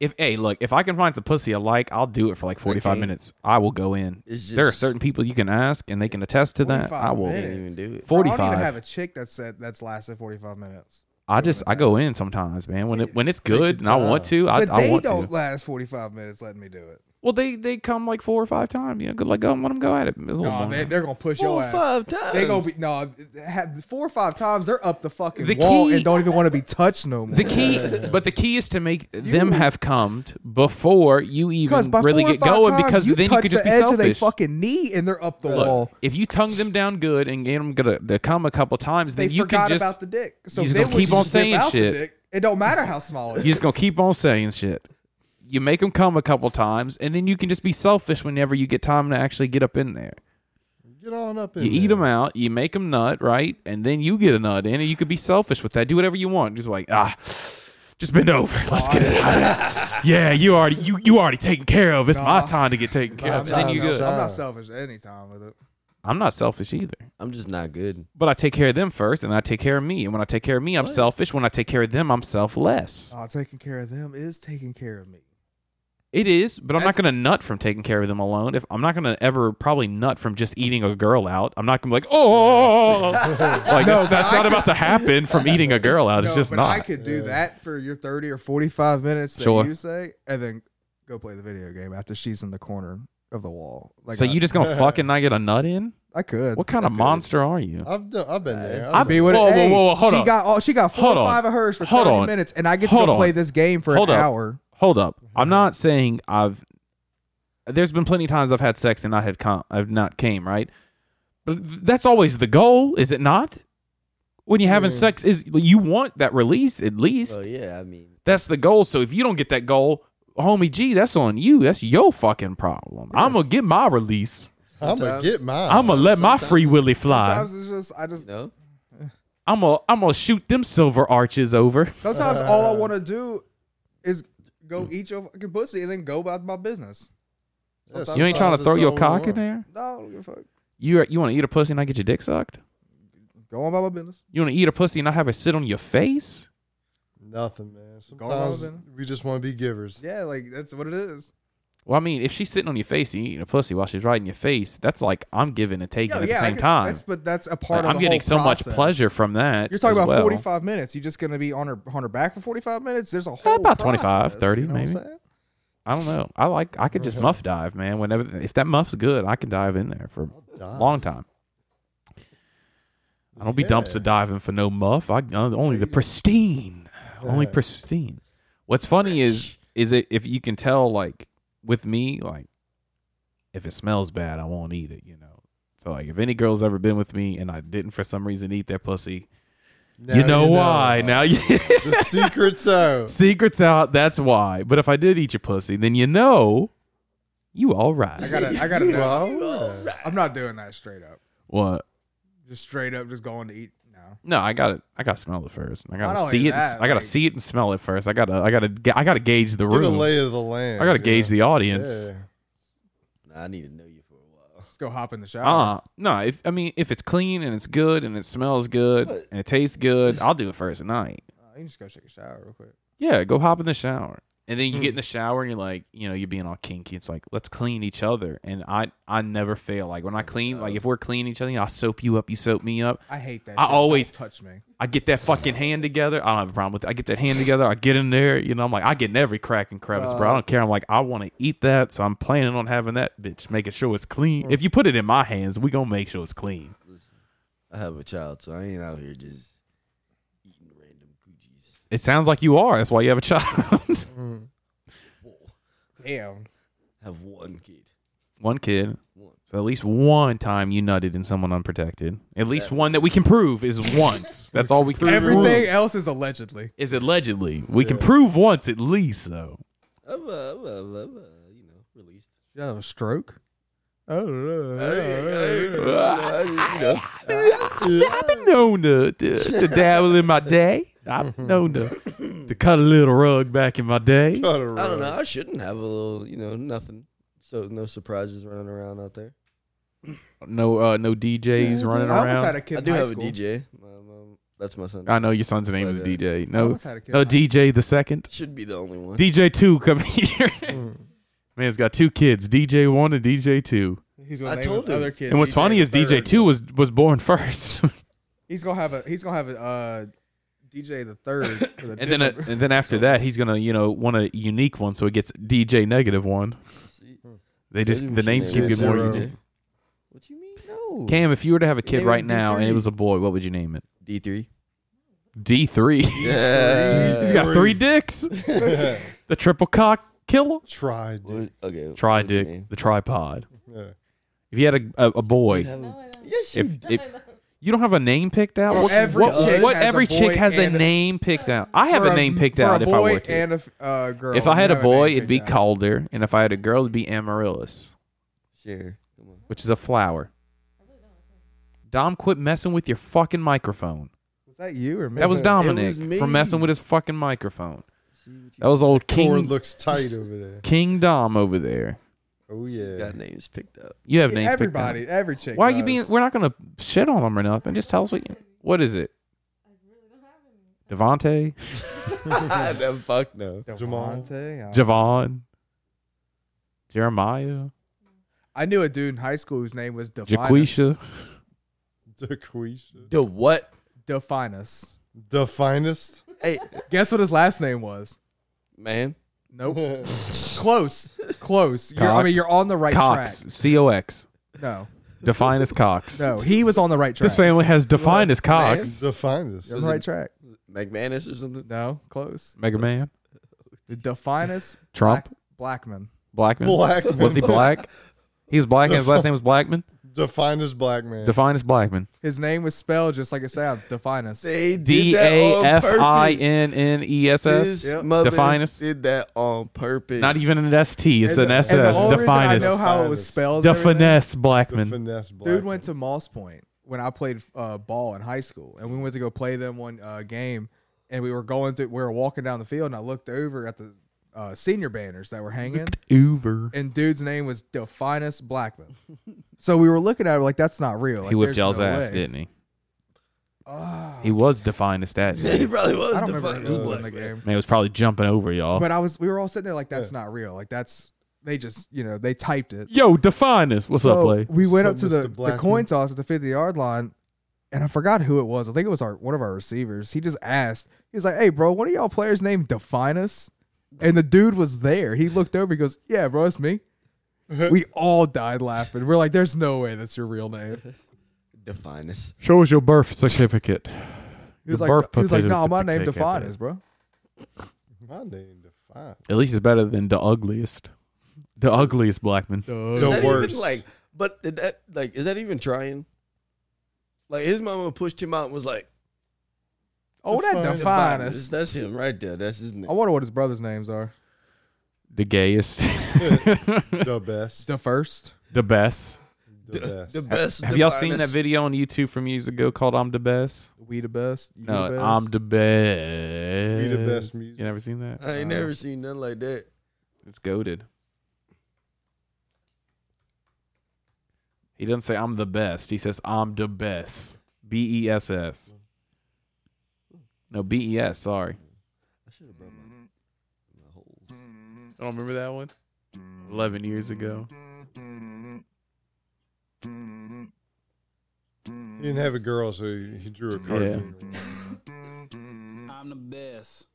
Speaker 3: If hey, look, if I can find some pussy I like, I'll do it for like forty five
Speaker 4: Okay.
Speaker 3: minutes. I will go in.
Speaker 4: It's just,
Speaker 3: there are certain people you can ask, and they can attest to that.
Speaker 2: 45
Speaker 3: I will.
Speaker 4: I
Speaker 2: minutes.
Speaker 4: can't even do it.
Speaker 3: Forty
Speaker 2: I don't even have
Speaker 3: five.
Speaker 2: a chick that said that's lasted 45 minutes.
Speaker 3: I just I go in sometimes, man. When it when it's
Speaker 4: your
Speaker 3: good and I want to, I,
Speaker 2: But
Speaker 3: I
Speaker 2: they
Speaker 3: want
Speaker 2: don't
Speaker 3: to.
Speaker 2: last 45 minutes letting me do it.
Speaker 3: Well, they they come like four or five times. You know, good, like go and let them go at it. A little
Speaker 2: No,
Speaker 3: more.
Speaker 2: they, they're going to push your
Speaker 4: Four,
Speaker 2: ass.
Speaker 4: five times.
Speaker 2: They gonna be no have four or five times. They're up the fucking
Speaker 3: The
Speaker 2: wall
Speaker 3: key-
Speaker 2: and don't even want to be touched no more.
Speaker 3: the key, but the key is to make them have come before you
Speaker 2: because
Speaker 3: even
Speaker 2: by
Speaker 3: really
Speaker 2: four or
Speaker 3: get
Speaker 2: five
Speaker 3: going.
Speaker 2: times,
Speaker 3: because
Speaker 2: you
Speaker 3: then you
Speaker 2: touch
Speaker 3: could just
Speaker 2: the
Speaker 3: be
Speaker 2: edge of
Speaker 3: selfish.
Speaker 2: their fucking knee and they're up the
Speaker 3: Look,
Speaker 2: wall.
Speaker 3: if you tongue them down good and get them gonna, to come a couple times,
Speaker 2: They
Speaker 3: then you
Speaker 2: forgot
Speaker 3: can just
Speaker 2: about the dick, so
Speaker 3: you just
Speaker 2: they
Speaker 3: gonna
Speaker 2: would
Speaker 3: keep on
Speaker 2: just rip
Speaker 3: saying
Speaker 2: out the
Speaker 3: shit.
Speaker 2: dick. It don't matter how small it is.
Speaker 3: You're just gonna keep on saying shit. You make them come a couple times, and then you can just be selfish whenever you get time to actually get up in there.
Speaker 1: Get on up in
Speaker 3: You eat
Speaker 1: there.
Speaker 3: them out, you make them nut, right, and then you get a nut in, and you could be selfish with that. Do whatever you want. Just like ah, just bend over. Let's get it out. yeah, you already you you already taken care of. It's my
Speaker 2: Nah.
Speaker 3: time to get taken care of.
Speaker 2: I'm,
Speaker 3: And
Speaker 2: not
Speaker 3: then you
Speaker 1: selfish.
Speaker 3: good.
Speaker 2: I'm not
Speaker 1: Shy.
Speaker 2: selfish any time with it.
Speaker 3: I'm not selfish either.
Speaker 4: I'm just not good.
Speaker 3: But I take care of them first, and I take care of me. And when I take care of me, I'm selfish. When I take care of them, I'm selfless.
Speaker 2: Oh, taking care of them is taking care of me.
Speaker 3: It is, but I'm not
Speaker 2: That's-
Speaker 3: going to nut from taking care of them alone. If I'm not going to ever probably nut from just eating a girl out, I'm not going to be like, oh, like
Speaker 2: No,
Speaker 3: that's, that's
Speaker 2: but I
Speaker 3: not about to happen from eating a girl out. It's
Speaker 2: No,
Speaker 3: just
Speaker 2: but
Speaker 3: not.
Speaker 2: I could do that for your 30 or 45 minutes that
Speaker 3: Sure.
Speaker 2: you say, and then go play the video game after she's in the corner of the wall. Like
Speaker 3: so
Speaker 2: I,
Speaker 3: you just going to fucking not get a nut in?
Speaker 2: I could.
Speaker 3: What kind of monster are you?
Speaker 1: I've done, I've been there.
Speaker 3: I've
Speaker 1: I've
Speaker 2: Be
Speaker 1: been
Speaker 2: with
Speaker 3: Whoa,
Speaker 2: it.
Speaker 3: whoa,
Speaker 2: Hey,
Speaker 3: whoa, whoa, hold
Speaker 2: she
Speaker 3: on.
Speaker 2: got all she got four
Speaker 3: Hold
Speaker 2: or
Speaker 3: on.
Speaker 2: five of hers for
Speaker 3: Hold
Speaker 2: 30
Speaker 3: on.
Speaker 2: minutes, and I get to
Speaker 3: Hold
Speaker 2: go play
Speaker 3: on.
Speaker 2: this game for
Speaker 3: Hold
Speaker 2: an
Speaker 3: up.
Speaker 2: hour.
Speaker 3: Hold up. I'm not saying I've. There's been plenty of times I've had sex and I had come, I've not came right, but th- that's always the goal, is it not? When you're
Speaker 2: Mm.
Speaker 3: having sex, is you want that release at least?
Speaker 4: Oh yeah, I mean,
Speaker 3: That's the goal. So if you don't get that goal, homie G, that's on you. That's your fucking problem. I'm gonna get my release.
Speaker 1: I'm gonna
Speaker 4: sometimes-
Speaker 1: get mine.
Speaker 3: I'm gonna let my
Speaker 4: sometimes-
Speaker 3: free willy fly.
Speaker 2: Sometimes it's just I just
Speaker 4: you know,
Speaker 3: I'm gonna I'm gonna shoot them silver arches over.
Speaker 2: sometimes all I want to do is go eat your fucking pussy and then go about my business.
Speaker 1: Yeah,
Speaker 3: You ain't trying
Speaker 1: sometimes
Speaker 3: to throw
Speaker 1: it's
Speaker 3: your
Speaker 1: all
Speaker 3: cock
Speaker 1: we
Speaker 3: in
Speaker 1: want.
Speaker 3: there.
Speaker 2: No, I don't give a fuck.
Speaker 3: You you want to eat a pussy and not get your dick sucked?
Speaker 2: Go on about my business.
Speaker 3: You want to eat a pussy and not have it sit on your face?
Speaker 1: Nothing, man.
Speaker 2: Go on,
Speaker 1: Sometimes
Speaker 2: then.
Speaker 1: we just want to be givers.
Speaker 2: Yeah, like that's what it is.
Speaker 3: Well, I mean, if she's sitting on your face and you eating a pussy while she's right in your face, that's like I'm giving and taking
Speaker 2: No,
Speaker 3: at
Speaker 2: yeah,
Speaker 3: the
Speaker 2: I
Speaker 3: same
Speaker 2: get-
Speaker 3: time.
Speaker 2: That's, but that's a
Speaker 3: Like,
Speaker 2: part of
Speaker 3: I'm
Speaker 2: the
Speaker 3: getting so
Speaker 2: whole
Speaker 3: much
Speaker 2: process.
Speaker 3: pleasure from that.
Speaker 2: You're talking
Speaker 3: as
Speaker 2: about
Speaker 3: well.
Speaker 2: 45 minutes. You're just going to be on her on her back for 45 minutes. There's a whole
Speaker 3: about 25,
Speaker 2: process,
Speaker 3: 30
Speaker 2: you know what I'm
Speaker 3: maybe.
Speaker 2: saying?
Speaker 3: I don't know. I like I could just muff dive, man. Whenever if that muff's good, I can dive in there for a
Speaker 1: Dive.
Speaker 3: long time. I don't be dumpster diving for no muff. I uh, only the pristine, only pristine. What's funny is is it if you can tell like with me like if it smells bad, I won't eat it. You know. So like if any girl's ever been with me and I didn't for some reason eat their pussy,
Speaker 1: Now
Speaker 3: you know why? Now you.
Speaker 1: the secret's out.
Speaker 3: Secret's out. That's why. But if I did eat your pussy, then you know you all
Speaker 2: I
Speaker 3: right.
Speaker 2: got to I got to know.
Speaker 1: Well,
Speaker 2: I'm not doing that straight up.
Speaker 3: What?
Speaker 2: Just straight up just going to eat. No.
Speaker 3: No, I got to I got to smell it first. I got
Speaker 2: Not
Speaker 3: to
Speaker 2: only
Speaker 3: see it. and
Speaker 2: that,
Speaker 3: I got to
Speaker 2: like-
Speaker 3: see it and smell it first. I got to I got to I got to gauge the
Speaker 1: Get a
Speaker 3: room.
Speaker 1: lay of the land.
Speaker 3: I got to
Speaker 1: you
Speaker 3: gauge
Speaker 1: know?
Speaker 3: the audience.
Speaker 1: Yeah.
Speaker 4: nah, I need to know you for a while.
Speaker 2: Let's go hop in the shower.
Speaker 3: Uh no. If I mean, if it's clean and it's good and it smells good and it tastes good, I'll do it first at night.
Speaker 2: Uh, you can just go take a shower real quick.
Speaker 3: Yeah, go hop in the shower. And then you get in the shower and you're like, you know, you're being all kinky. It's like, let's clean each other. And I, I never fail. Like when I clean, like if we're cleaning each other, you know, I'll soap you up, you soap me up.
Speaker 2: I hate that.
Speaker 3: I
Speaker 2: shit. Don't
Speaker 3: always-
Speaker 2: touch me.
Speaker 3: I get that fucking hand together. I don't have a problem with it. I get that hand together. I get in there. You know, I'm like, I get in every crack and crevice, bro. I don't care. I'm like, I want to eat that. So I'm planning on having that bitch, making sure it's clean. If you put it in my hands, we going to make sure it's clean.
Speaker 4: I have a child, so I ain't out here just eating random Gucci's.
Speaker 3: It sounds like you are. That's why you have a child.
Speaker 4: Whoa.
Speaker 2: Damn.
Speaker 4: Have one kid.
Speaker 3: one kid.
Speaker 4: One.
Speaker 3: So at least one time you nutted in someone unprotected. At least one that we can prove is once. That's all we can prove.
Speaker 2: Everything else is allegedly.
Speaker 3: Is allegedly. We can prove once at least, though.
Speaker 4: I've, uh, I've, uh, I've, uh, you know, released.
Speaker 2: You have a stroke? Oh,
Speaker 4: You know, I just, you know,
Speaker 3: I've been known to, to, to dabble in my day. I've
Speaker 2: Mm-hmm.
Speaker 3: been known to, to cut a little rug back in my day.
Speaker 1: Cut
Speaker 4: I
Speaker 1: a
Speaker 4: don't
Speaker 1: rug.
Speaker 4: know. I shouldn't have a little, you know, nothing. So no surprises running around out there.
Speaker 3: No uh, no DJs running
Speaker 2: I almost had
Speaker 3: around.
Speaker 2: a kid
Speaker 4: I
Speaker 2: in
Speaker 4: do
Speaker 2: high
Speaker 4: have
Speaker 2: school.
Speaker 4: a DJ. My mom, that's my son.
Speaker 3: I know your son's name is
Speaker 4: Yeah.
Speaker 3: DJ.
Speaker 2: uh, I
Speaker 3: No,
Speaker 2: almost had a kid
Speaker 3: no
Speaker 2: in high
Speaker 3: DJ the second.
Speaker 4: Should be the only one.
Speaker 3: DJ two coming here.
Speaker 1: Mm.
Speaker 3: Man's got two kids, DJ one and DJ two.
Speaker 2: school. He's gonna
Speaker 4: I
Speaker 2: name
Speaker 4: told
Speaker 2: his
Speaker 4: him.
Speaker 2: other kid.
Speaker 3: And what's
Speaker 2: DJ
Speaker 3: funny is DJ
Speaker 2: third.
Speaker 3: two was was born first,
Speaker 2: He's gonna have a. He's gonna have a uh, DJ the third. with a
Speaker 3: and then uh
Speaker 2: different-
Speaker 3: and then after that he's gonna you know want a unique one, so it gets DJ negative one.
Speaker 4: See?
Speaker 3: They just
Speaker 4: Maybe
Speaker 3: the
Speaker 4: we
Speaker 3: names
Speaker 4: should
Speaker 3: keep
Speaker 4: name
Speaker 3: getting more.
Speaker 1: Zero.
Speaker 3: unique.
Speaker 4: What you mean? No.
Speaker 3: Cam, if you were to have a
Speaker 4: Name
Speaker 3: kid
Speaker 4: it
Speaker 3: right now and it
Speaker 4: D3.
Speaker 3: was a boy, what would you name it?
Speaker 4: D three.
Speaker 3: D three.
Speaker 4: Yeah.
Speaker 3: he's got three dicks. The triple cock killer.
Speaker 1: Try, dude.
Speaker 4: What- Okay.
Speaker 3: Tri
Speaker 4: what's your
Speaker 3: dick.
Speaker 4: name?
Speaker 3: The tripod.
Speaker 1: Yeah.
Speaker 3: If you had a a, a boy,
Speaker 4: Have a-
Speaker 5: I don't.
Speaker 4: Yes, you.
Speaker 3: if, if you don't have a name picked out,
Speaker 2: For
Speaker 3: what,
Speaker 2: every
Speaker 3: what-
Speaker 4: chick
Speaker 3: what
Speaker 2: has a
Speaker 3: every
Speaker 2: boy
Speaker 3: chick has a
Speaker 2: and a-
Speaker 3: name picked out. I have
Speaker 2: for
Speaker 3: a name picked
Speaker 2: for
Speaker 3: out
Speaker 2: a
Speaker 3: if I
Speaker 2: boy
Speaker 3: were to.
Speaker 2: And a f- uh, girl.
Speaker 3: If I had
Speaker 2: You
Speaker 3: a
Speaker 2: have name
Speaker 3: boy, it'd be
Speaker 2: picked out.
Speaker 3: Calder, and if I had a girl, it'd be Amaryllis,
Speaker 4: Sure. Come on.
Speaker 3: which is a flower. Dom, quit messing with your fucking microphone.
Speaker 2: Was that you or me?
Speaker 3: That was Dominic
Speaker 4: was me.
Speaker 3: for messing with his fucking microphone.
Speaker 4: See what you
Speaker 3: That was old
Speaker 1: Cord
Speaker 3: King
Speaker 1: looks tight over there.
Speaker 3: King Dom over there.
Speaker 1: Oh
Speaker 4: He's
Speaker 1: yeah.
Speaker 4: got names picked up.
Speaker 3: You have names picked out.
Speaker 2: Everybody, every chick.
Speaker 3: Why are you
Speaker 2: does.
Speaker 3: being? We're not gonna shit on him or nothing. Just tell us what. You, what is it? Devonte,
Speaker 4: no, fuck no.
Speaker 1: Jamal.
Speaker 2: Devontae, I-
Speaker 3: Javon, Jeremiah,
Speaker 2: I knew a dude in high school whose name was Definus.
Speaker 3: Jaquisha.
Speaker 1: Dequisha.
Speaker 4: The what?
Speaker 2: Definus.
Speaker 1: The finest.
Speaker 4: Hey,
Speaker 2: Guess what his last name was?
Speaker 4: man.
Speaker 2: Nope. Close. Close. You're, I
Speaker 3: Cock.
Speaker 2: mean, you're on the right
Speaker 3: Cox, C O X,
Speaker 2: track. No.
Speaker 3: define as Cox.
Speaker 2: No, he was on the right track.
Speaker 3: This family has defined as Cox.
Speaker 1: the finest.
Speaker 2: You're on the right track.
Speaker 4: McManus or something.
Speaker 2: No, close.
Speaker 3: Mega Man,
Speaker 2: The Definus
Speaker 3: Trump,
Speaker 2: Black- Blackman.
Speaker 3: Blackman.
Speaker 1: Black.
Speaker 3: Was he black? He was black, and his last name was Blackman.
Speaker 1: The finest black man.
Speaker 3: Define as Blackman.
Speaker 2: His name was spelled just like it sounds. Definus.
Speaker 4: They did
Speaker 3: D
Speaker 4: that
Speaker 3: A
Speaker 4: on
Speaker 3: F I
Speaker 4: purpose.
Speaker 3: N N E S S.
Speaker 4: This
Speaker 2: Yep.
Speaker 4: mother
Speaker 3: Definus.
Speaker 4: did that on purpose.
Speaker 3: Not even an S T. It's
Speaker 2: And
Speaker 3: an
Speaker 2: the-
Speaker 3: S
Speaker 2: and the
Speaker 3: S.
Speaker 2: only reason I
Speaker 3: Define
Speaker 2: know
Speaker 3: as.
Speaker 2: how it was
Speaker 1: Definus.
Speaker 2: spelled. and everything,
Speaker 3: Definesse
Speaker 1: the
Speaker 3: Blackman.
Speaker 1: finesse black.
Speaker 2: Dude went to Moss Point when I played uh, ball in high school, and we went to go play them one uh, game, and we were going through. We were walking down the field, and I looked over at the uh, senior banners that were hanging,
Speaker 3: Uber.
Speaker 2: and dude's name was Definus Blackman. So we were looking at it like that's not real. Like,
Speaker 3: he whipped
Speaker 2: there's
Speaker 3: y'all's
Speaker 2: no
Speaker 3: ass,
Speaker 2: way.
Speaker 3: didn't he?
Speaker 2: Ah,
Speaker 3: He was defined as that.
Speaker 4: Yeah, he
Speaker 3: Man,
Speaker 4: probably was.
Speaker 2: I don't
Speaker 4: Definus
Speaker 2: remember who won the
Speaker 4: Blackman.
Speaker 2: game,
Speaker 3: he was probably jumping over y'all.
Speaker 2: but I was. We were all sitting there like that's not real. Like that's they just you know they typed it.
Speaker 3: Yo, define us. What's up,
Speaker 2: So,
Speaker 3: Blake?
Speaker 2: We went up to
Speaker 1: Mr.
Speaker 2: the, the
Speaker 1: Blackman.
Speaker 2: coin toss at the 50 yard line, and I forgot who it was. I think it was our one of our receivers. He just asked, he was like, Hey, bro, one of y'all players named Define Us? And the dude was there. He looked over, he goes, Yeah, bro, it's me. we all died laughing. We're like, There's no way that's your real name.
Speaker 4: Definus.
Speaker 3: Show us your birth certificate.
Speaker 2: He
Speaker 3: Your
Speaker 2: was like,
Speaker 3: birth
Speaker 2: he was like,
Speaker 3: certificate
Speaker 2: No, my name
Speaker 3: certificate.
Speaker 2: Define Us, bro.
Speaker 1: My name defined.
Speaker 3: At least it's better than the ugliest. The ugliest Blackman.
Speaker 4: Is
Speaker 1: The
Speaker 4: that
Speaker 1: worst.
Speaker 4: Even, like, but did that like is that even trying? Like his mama pushed him out and was like,
Speaker 2: Oh, that
Speaker 1: Define Us.
Speaker 2: Define
Speaker 4: "Definus,
Speaker 2: Us.
Speaker 4: That's him right there. That's his
Speaker 2: I
Speaker 4: name.
Speaker 2: wonder what his brother's names are.
Speaker 3: The gayest.
Speaker 1: The best.
Speaker 2: The first.
Speaker 3: the best.
Speaker 1: The best.
Speaker 4: The best.
Speaker 3: Have y'all seen
Speaker 4: Definus.
Speaker 3: that video on YouTube from years ago called I'm the Best?
Speaker 2: We the best. You
Speaker 3: No,
Speaker 2: the best.
Speaker 3: I'm the Best.
Speaker 1: Be the best music.
Speaker 3: You never seen that?
Speaker 4: I ain't never seen nothing like that.
Speaker 3: It's goaded. He doesn't say I'm the best. He says I'm the best. B E S S. No B E S. Sorry.
Speaker 4: I should have brought my, my holes.
Speaker 3: I don't remember that one. Eleven years ago.
Speaker 1: He didn't have a girl, so he, he drew a cartoon.
Speaker 5: I'm the best.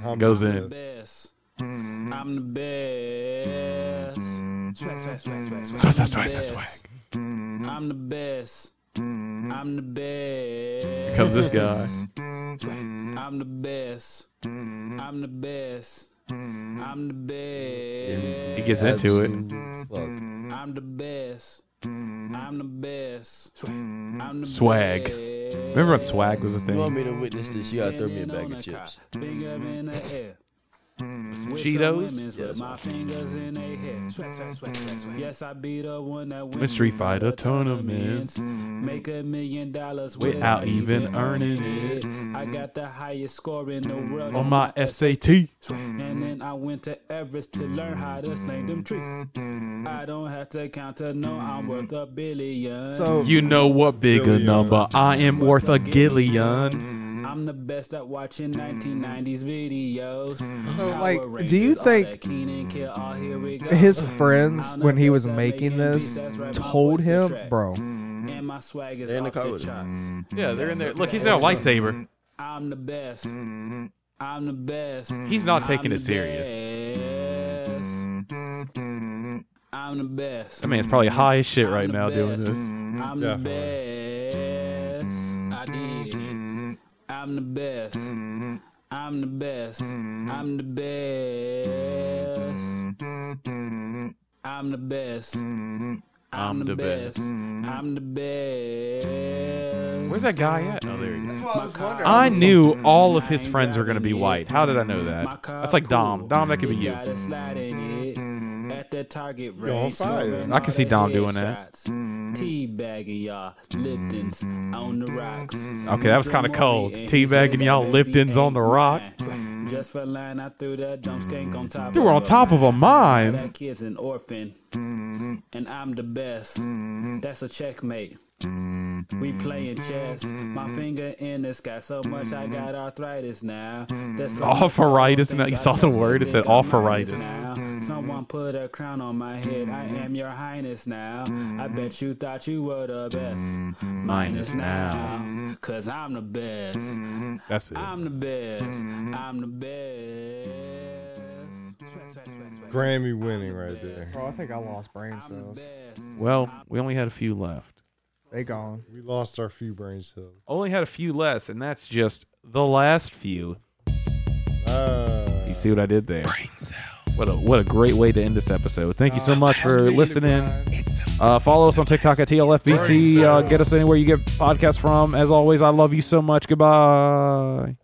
Speaker 1: Hum-
Speaker 3: Goes in.
Speaker 5: Best. I'm the best. Swag, swag, swag, swag, swag.
Speaker 3: Swag, swag,
Speaker 5: I'm the
Speaker 3: swag, swag,
Speaker 5: best. I'm the best. I'm the best.
Speaker 3: Here comes this guy.
Speaker 5: I'm the best. I'm the best. I'm the best.
Speaker 3: He gets into it.
Speaker 4: Fuck.
Speaker 5: I'm the best. I'm the best. I'm the
Speaker 3: Swag.
Speaker 5: best.
Speaker 3: Remember when swag was a
Speaker 4: You want
Speaker 3: thing?
Speaker 4: me to witness this? You gotta throw me a
Speaker 5: Standing
Speaker 4: bag
Speaker 5: on
Speaker 4: of
Speaker 5: a cop,
Speaker 4: chips.
Speaker 5: Finger in the air. With some
Speaker 3: Cheetos?
Speaker 5: women's
Speaker 4: Yeah,
Speaker 5: with
Speaker 4: that's
Speaker 5: my fingers in their hair. Swag, swag, swag, swag, swag. Yes, I be the one that wins.
Speaker 3: Street Fighter tournaments.
Speaker 5: tournaments. Make a million dollars
Speaker 3: Without even earning
Speaker 5: I got the highest score in the world
Speaker 3: On my SAT.
Speaker 5: And then I went to Everest to learn how to sling them trees. I don't have to count to know I'm worth a billion.
Speaker 2: So
Speaker 3: You know what bigger
Speaker 1: Billion.
Speaker 3: number? I am worth a gillion.
Speaker 5: I'm the best at watching 1990s videos. Power
Speaker 2: like, do
Speaker 5: Rangers,
Speaker 2: you
Speaker 5: all
Speaker 2: think
Speaker 5: that Keenan Kill, all here we go.
Speaker 2: his friends
Speaker 5: I'm the
Speaker 2: when he
Speaker 5: best
Speaker 2: was
Speaker 5: at
Speaker 2: making this
Speaker 5: beats, that's right, my
Speaker 2: told
Speaker 5: voice
Speaker 2: him,
Speaker 5: the track.
Speaker 2: bro,
Speaker 5: And my swag is
Speaker 4: They're in the
Speaker 5: off
Speaker 4: car
Speaker 5: the
Speaker 4: with him.
Speaker 5: charts.
Speaker 3: Yeah, they're in there. Look, he's got a lightsaber.
Speaker 5: I'm the best. I'm the best.
Speaker 3: He's not taking
Speaker 5: I'm
Speaker 3: it
Speaker 5: the
Speaker 3: serious.
Speaker 5: best. I'm the best.
Speaker 3: That man's probably high as shit
Speaker 5: I'm
Speaker 3: right
Speaker 5: the
Speaker 3: now doing
Speaker 5: best.
Speaker 3: this.
Speaker 5: I'm the best. I did it. I'm the best. I'm the best. I'm the best. I'm the best.
Speaker 3: Mm, I'm the best. Mm.
Speaker 5: I'm the best.
Speaker 3: Where's that guy at? Oh, there he is.
Speaker 5: My car-
Speaker 3: I knew all of his friends were gonna be white. How did I know that? That's like Dom. Dom, that could be
Speaker 5: He's
Speaker 3: you.
Speaker 5: got a slide in it at that target range,
Speaker 1: fire.
Speaker 5: smoking
Speaker 3: I can
Speaker 5: all
Speaker 3: see
Speaker 5: the
Speaker 3: Dom doing that.
Speaker 5: headshots. Teabagging y'all, Lipton's on the rocks.
Speaker 3: Okay, that was kinda cold. Teabagging y'all, Liptons on the rock.
Speaker 5: Just for lying, I threw that dumb skank on top.
Speaker 3: They were on top of a
Speaker 5: Now
Speaker 3: mine.
Speaker 5: That kid's an orphan, and I'm the best. That's a checkmate. We playing chess. My finger in the sky so much I got arthritis now. That's
Speaker 3: Arthritis, now you saw the word, it said arthritis.
Speaker 5: now. Someone put a crown on my head. I am your highness now. I bet you thought you were the best.
Speaker 3: Minus
Speaker 5: now. Cause I'm the best.
Speaker 3: That's it.
Speaker 5: I'm the best. I'm the best. Swag, swag, swag, swag, swag.
Speaker 1: Grammy winning right there.
Speaker 2: bro, I think I lost brain
Speaker 5: I'm the
Speaker 2: cells.
Speaker 5: best.
Speaker 3: Well, we only had a few left.
Speaker 2: They gone.
Speaker 1: We lost our few brain cells.
Speaker 3: Only had a few less, and that's just the last few.
Speaker 1: Ah.
Speaker 3: You see what I did there? What a what a great way to end this episode. Thank you
Speaker 5: Uh,
Speaker 3: so much for listening. Uh, follow us on TikTok at TLFBC. Uh, get us anywhere you get podcasts from. As always, I love you so much. Goodbye.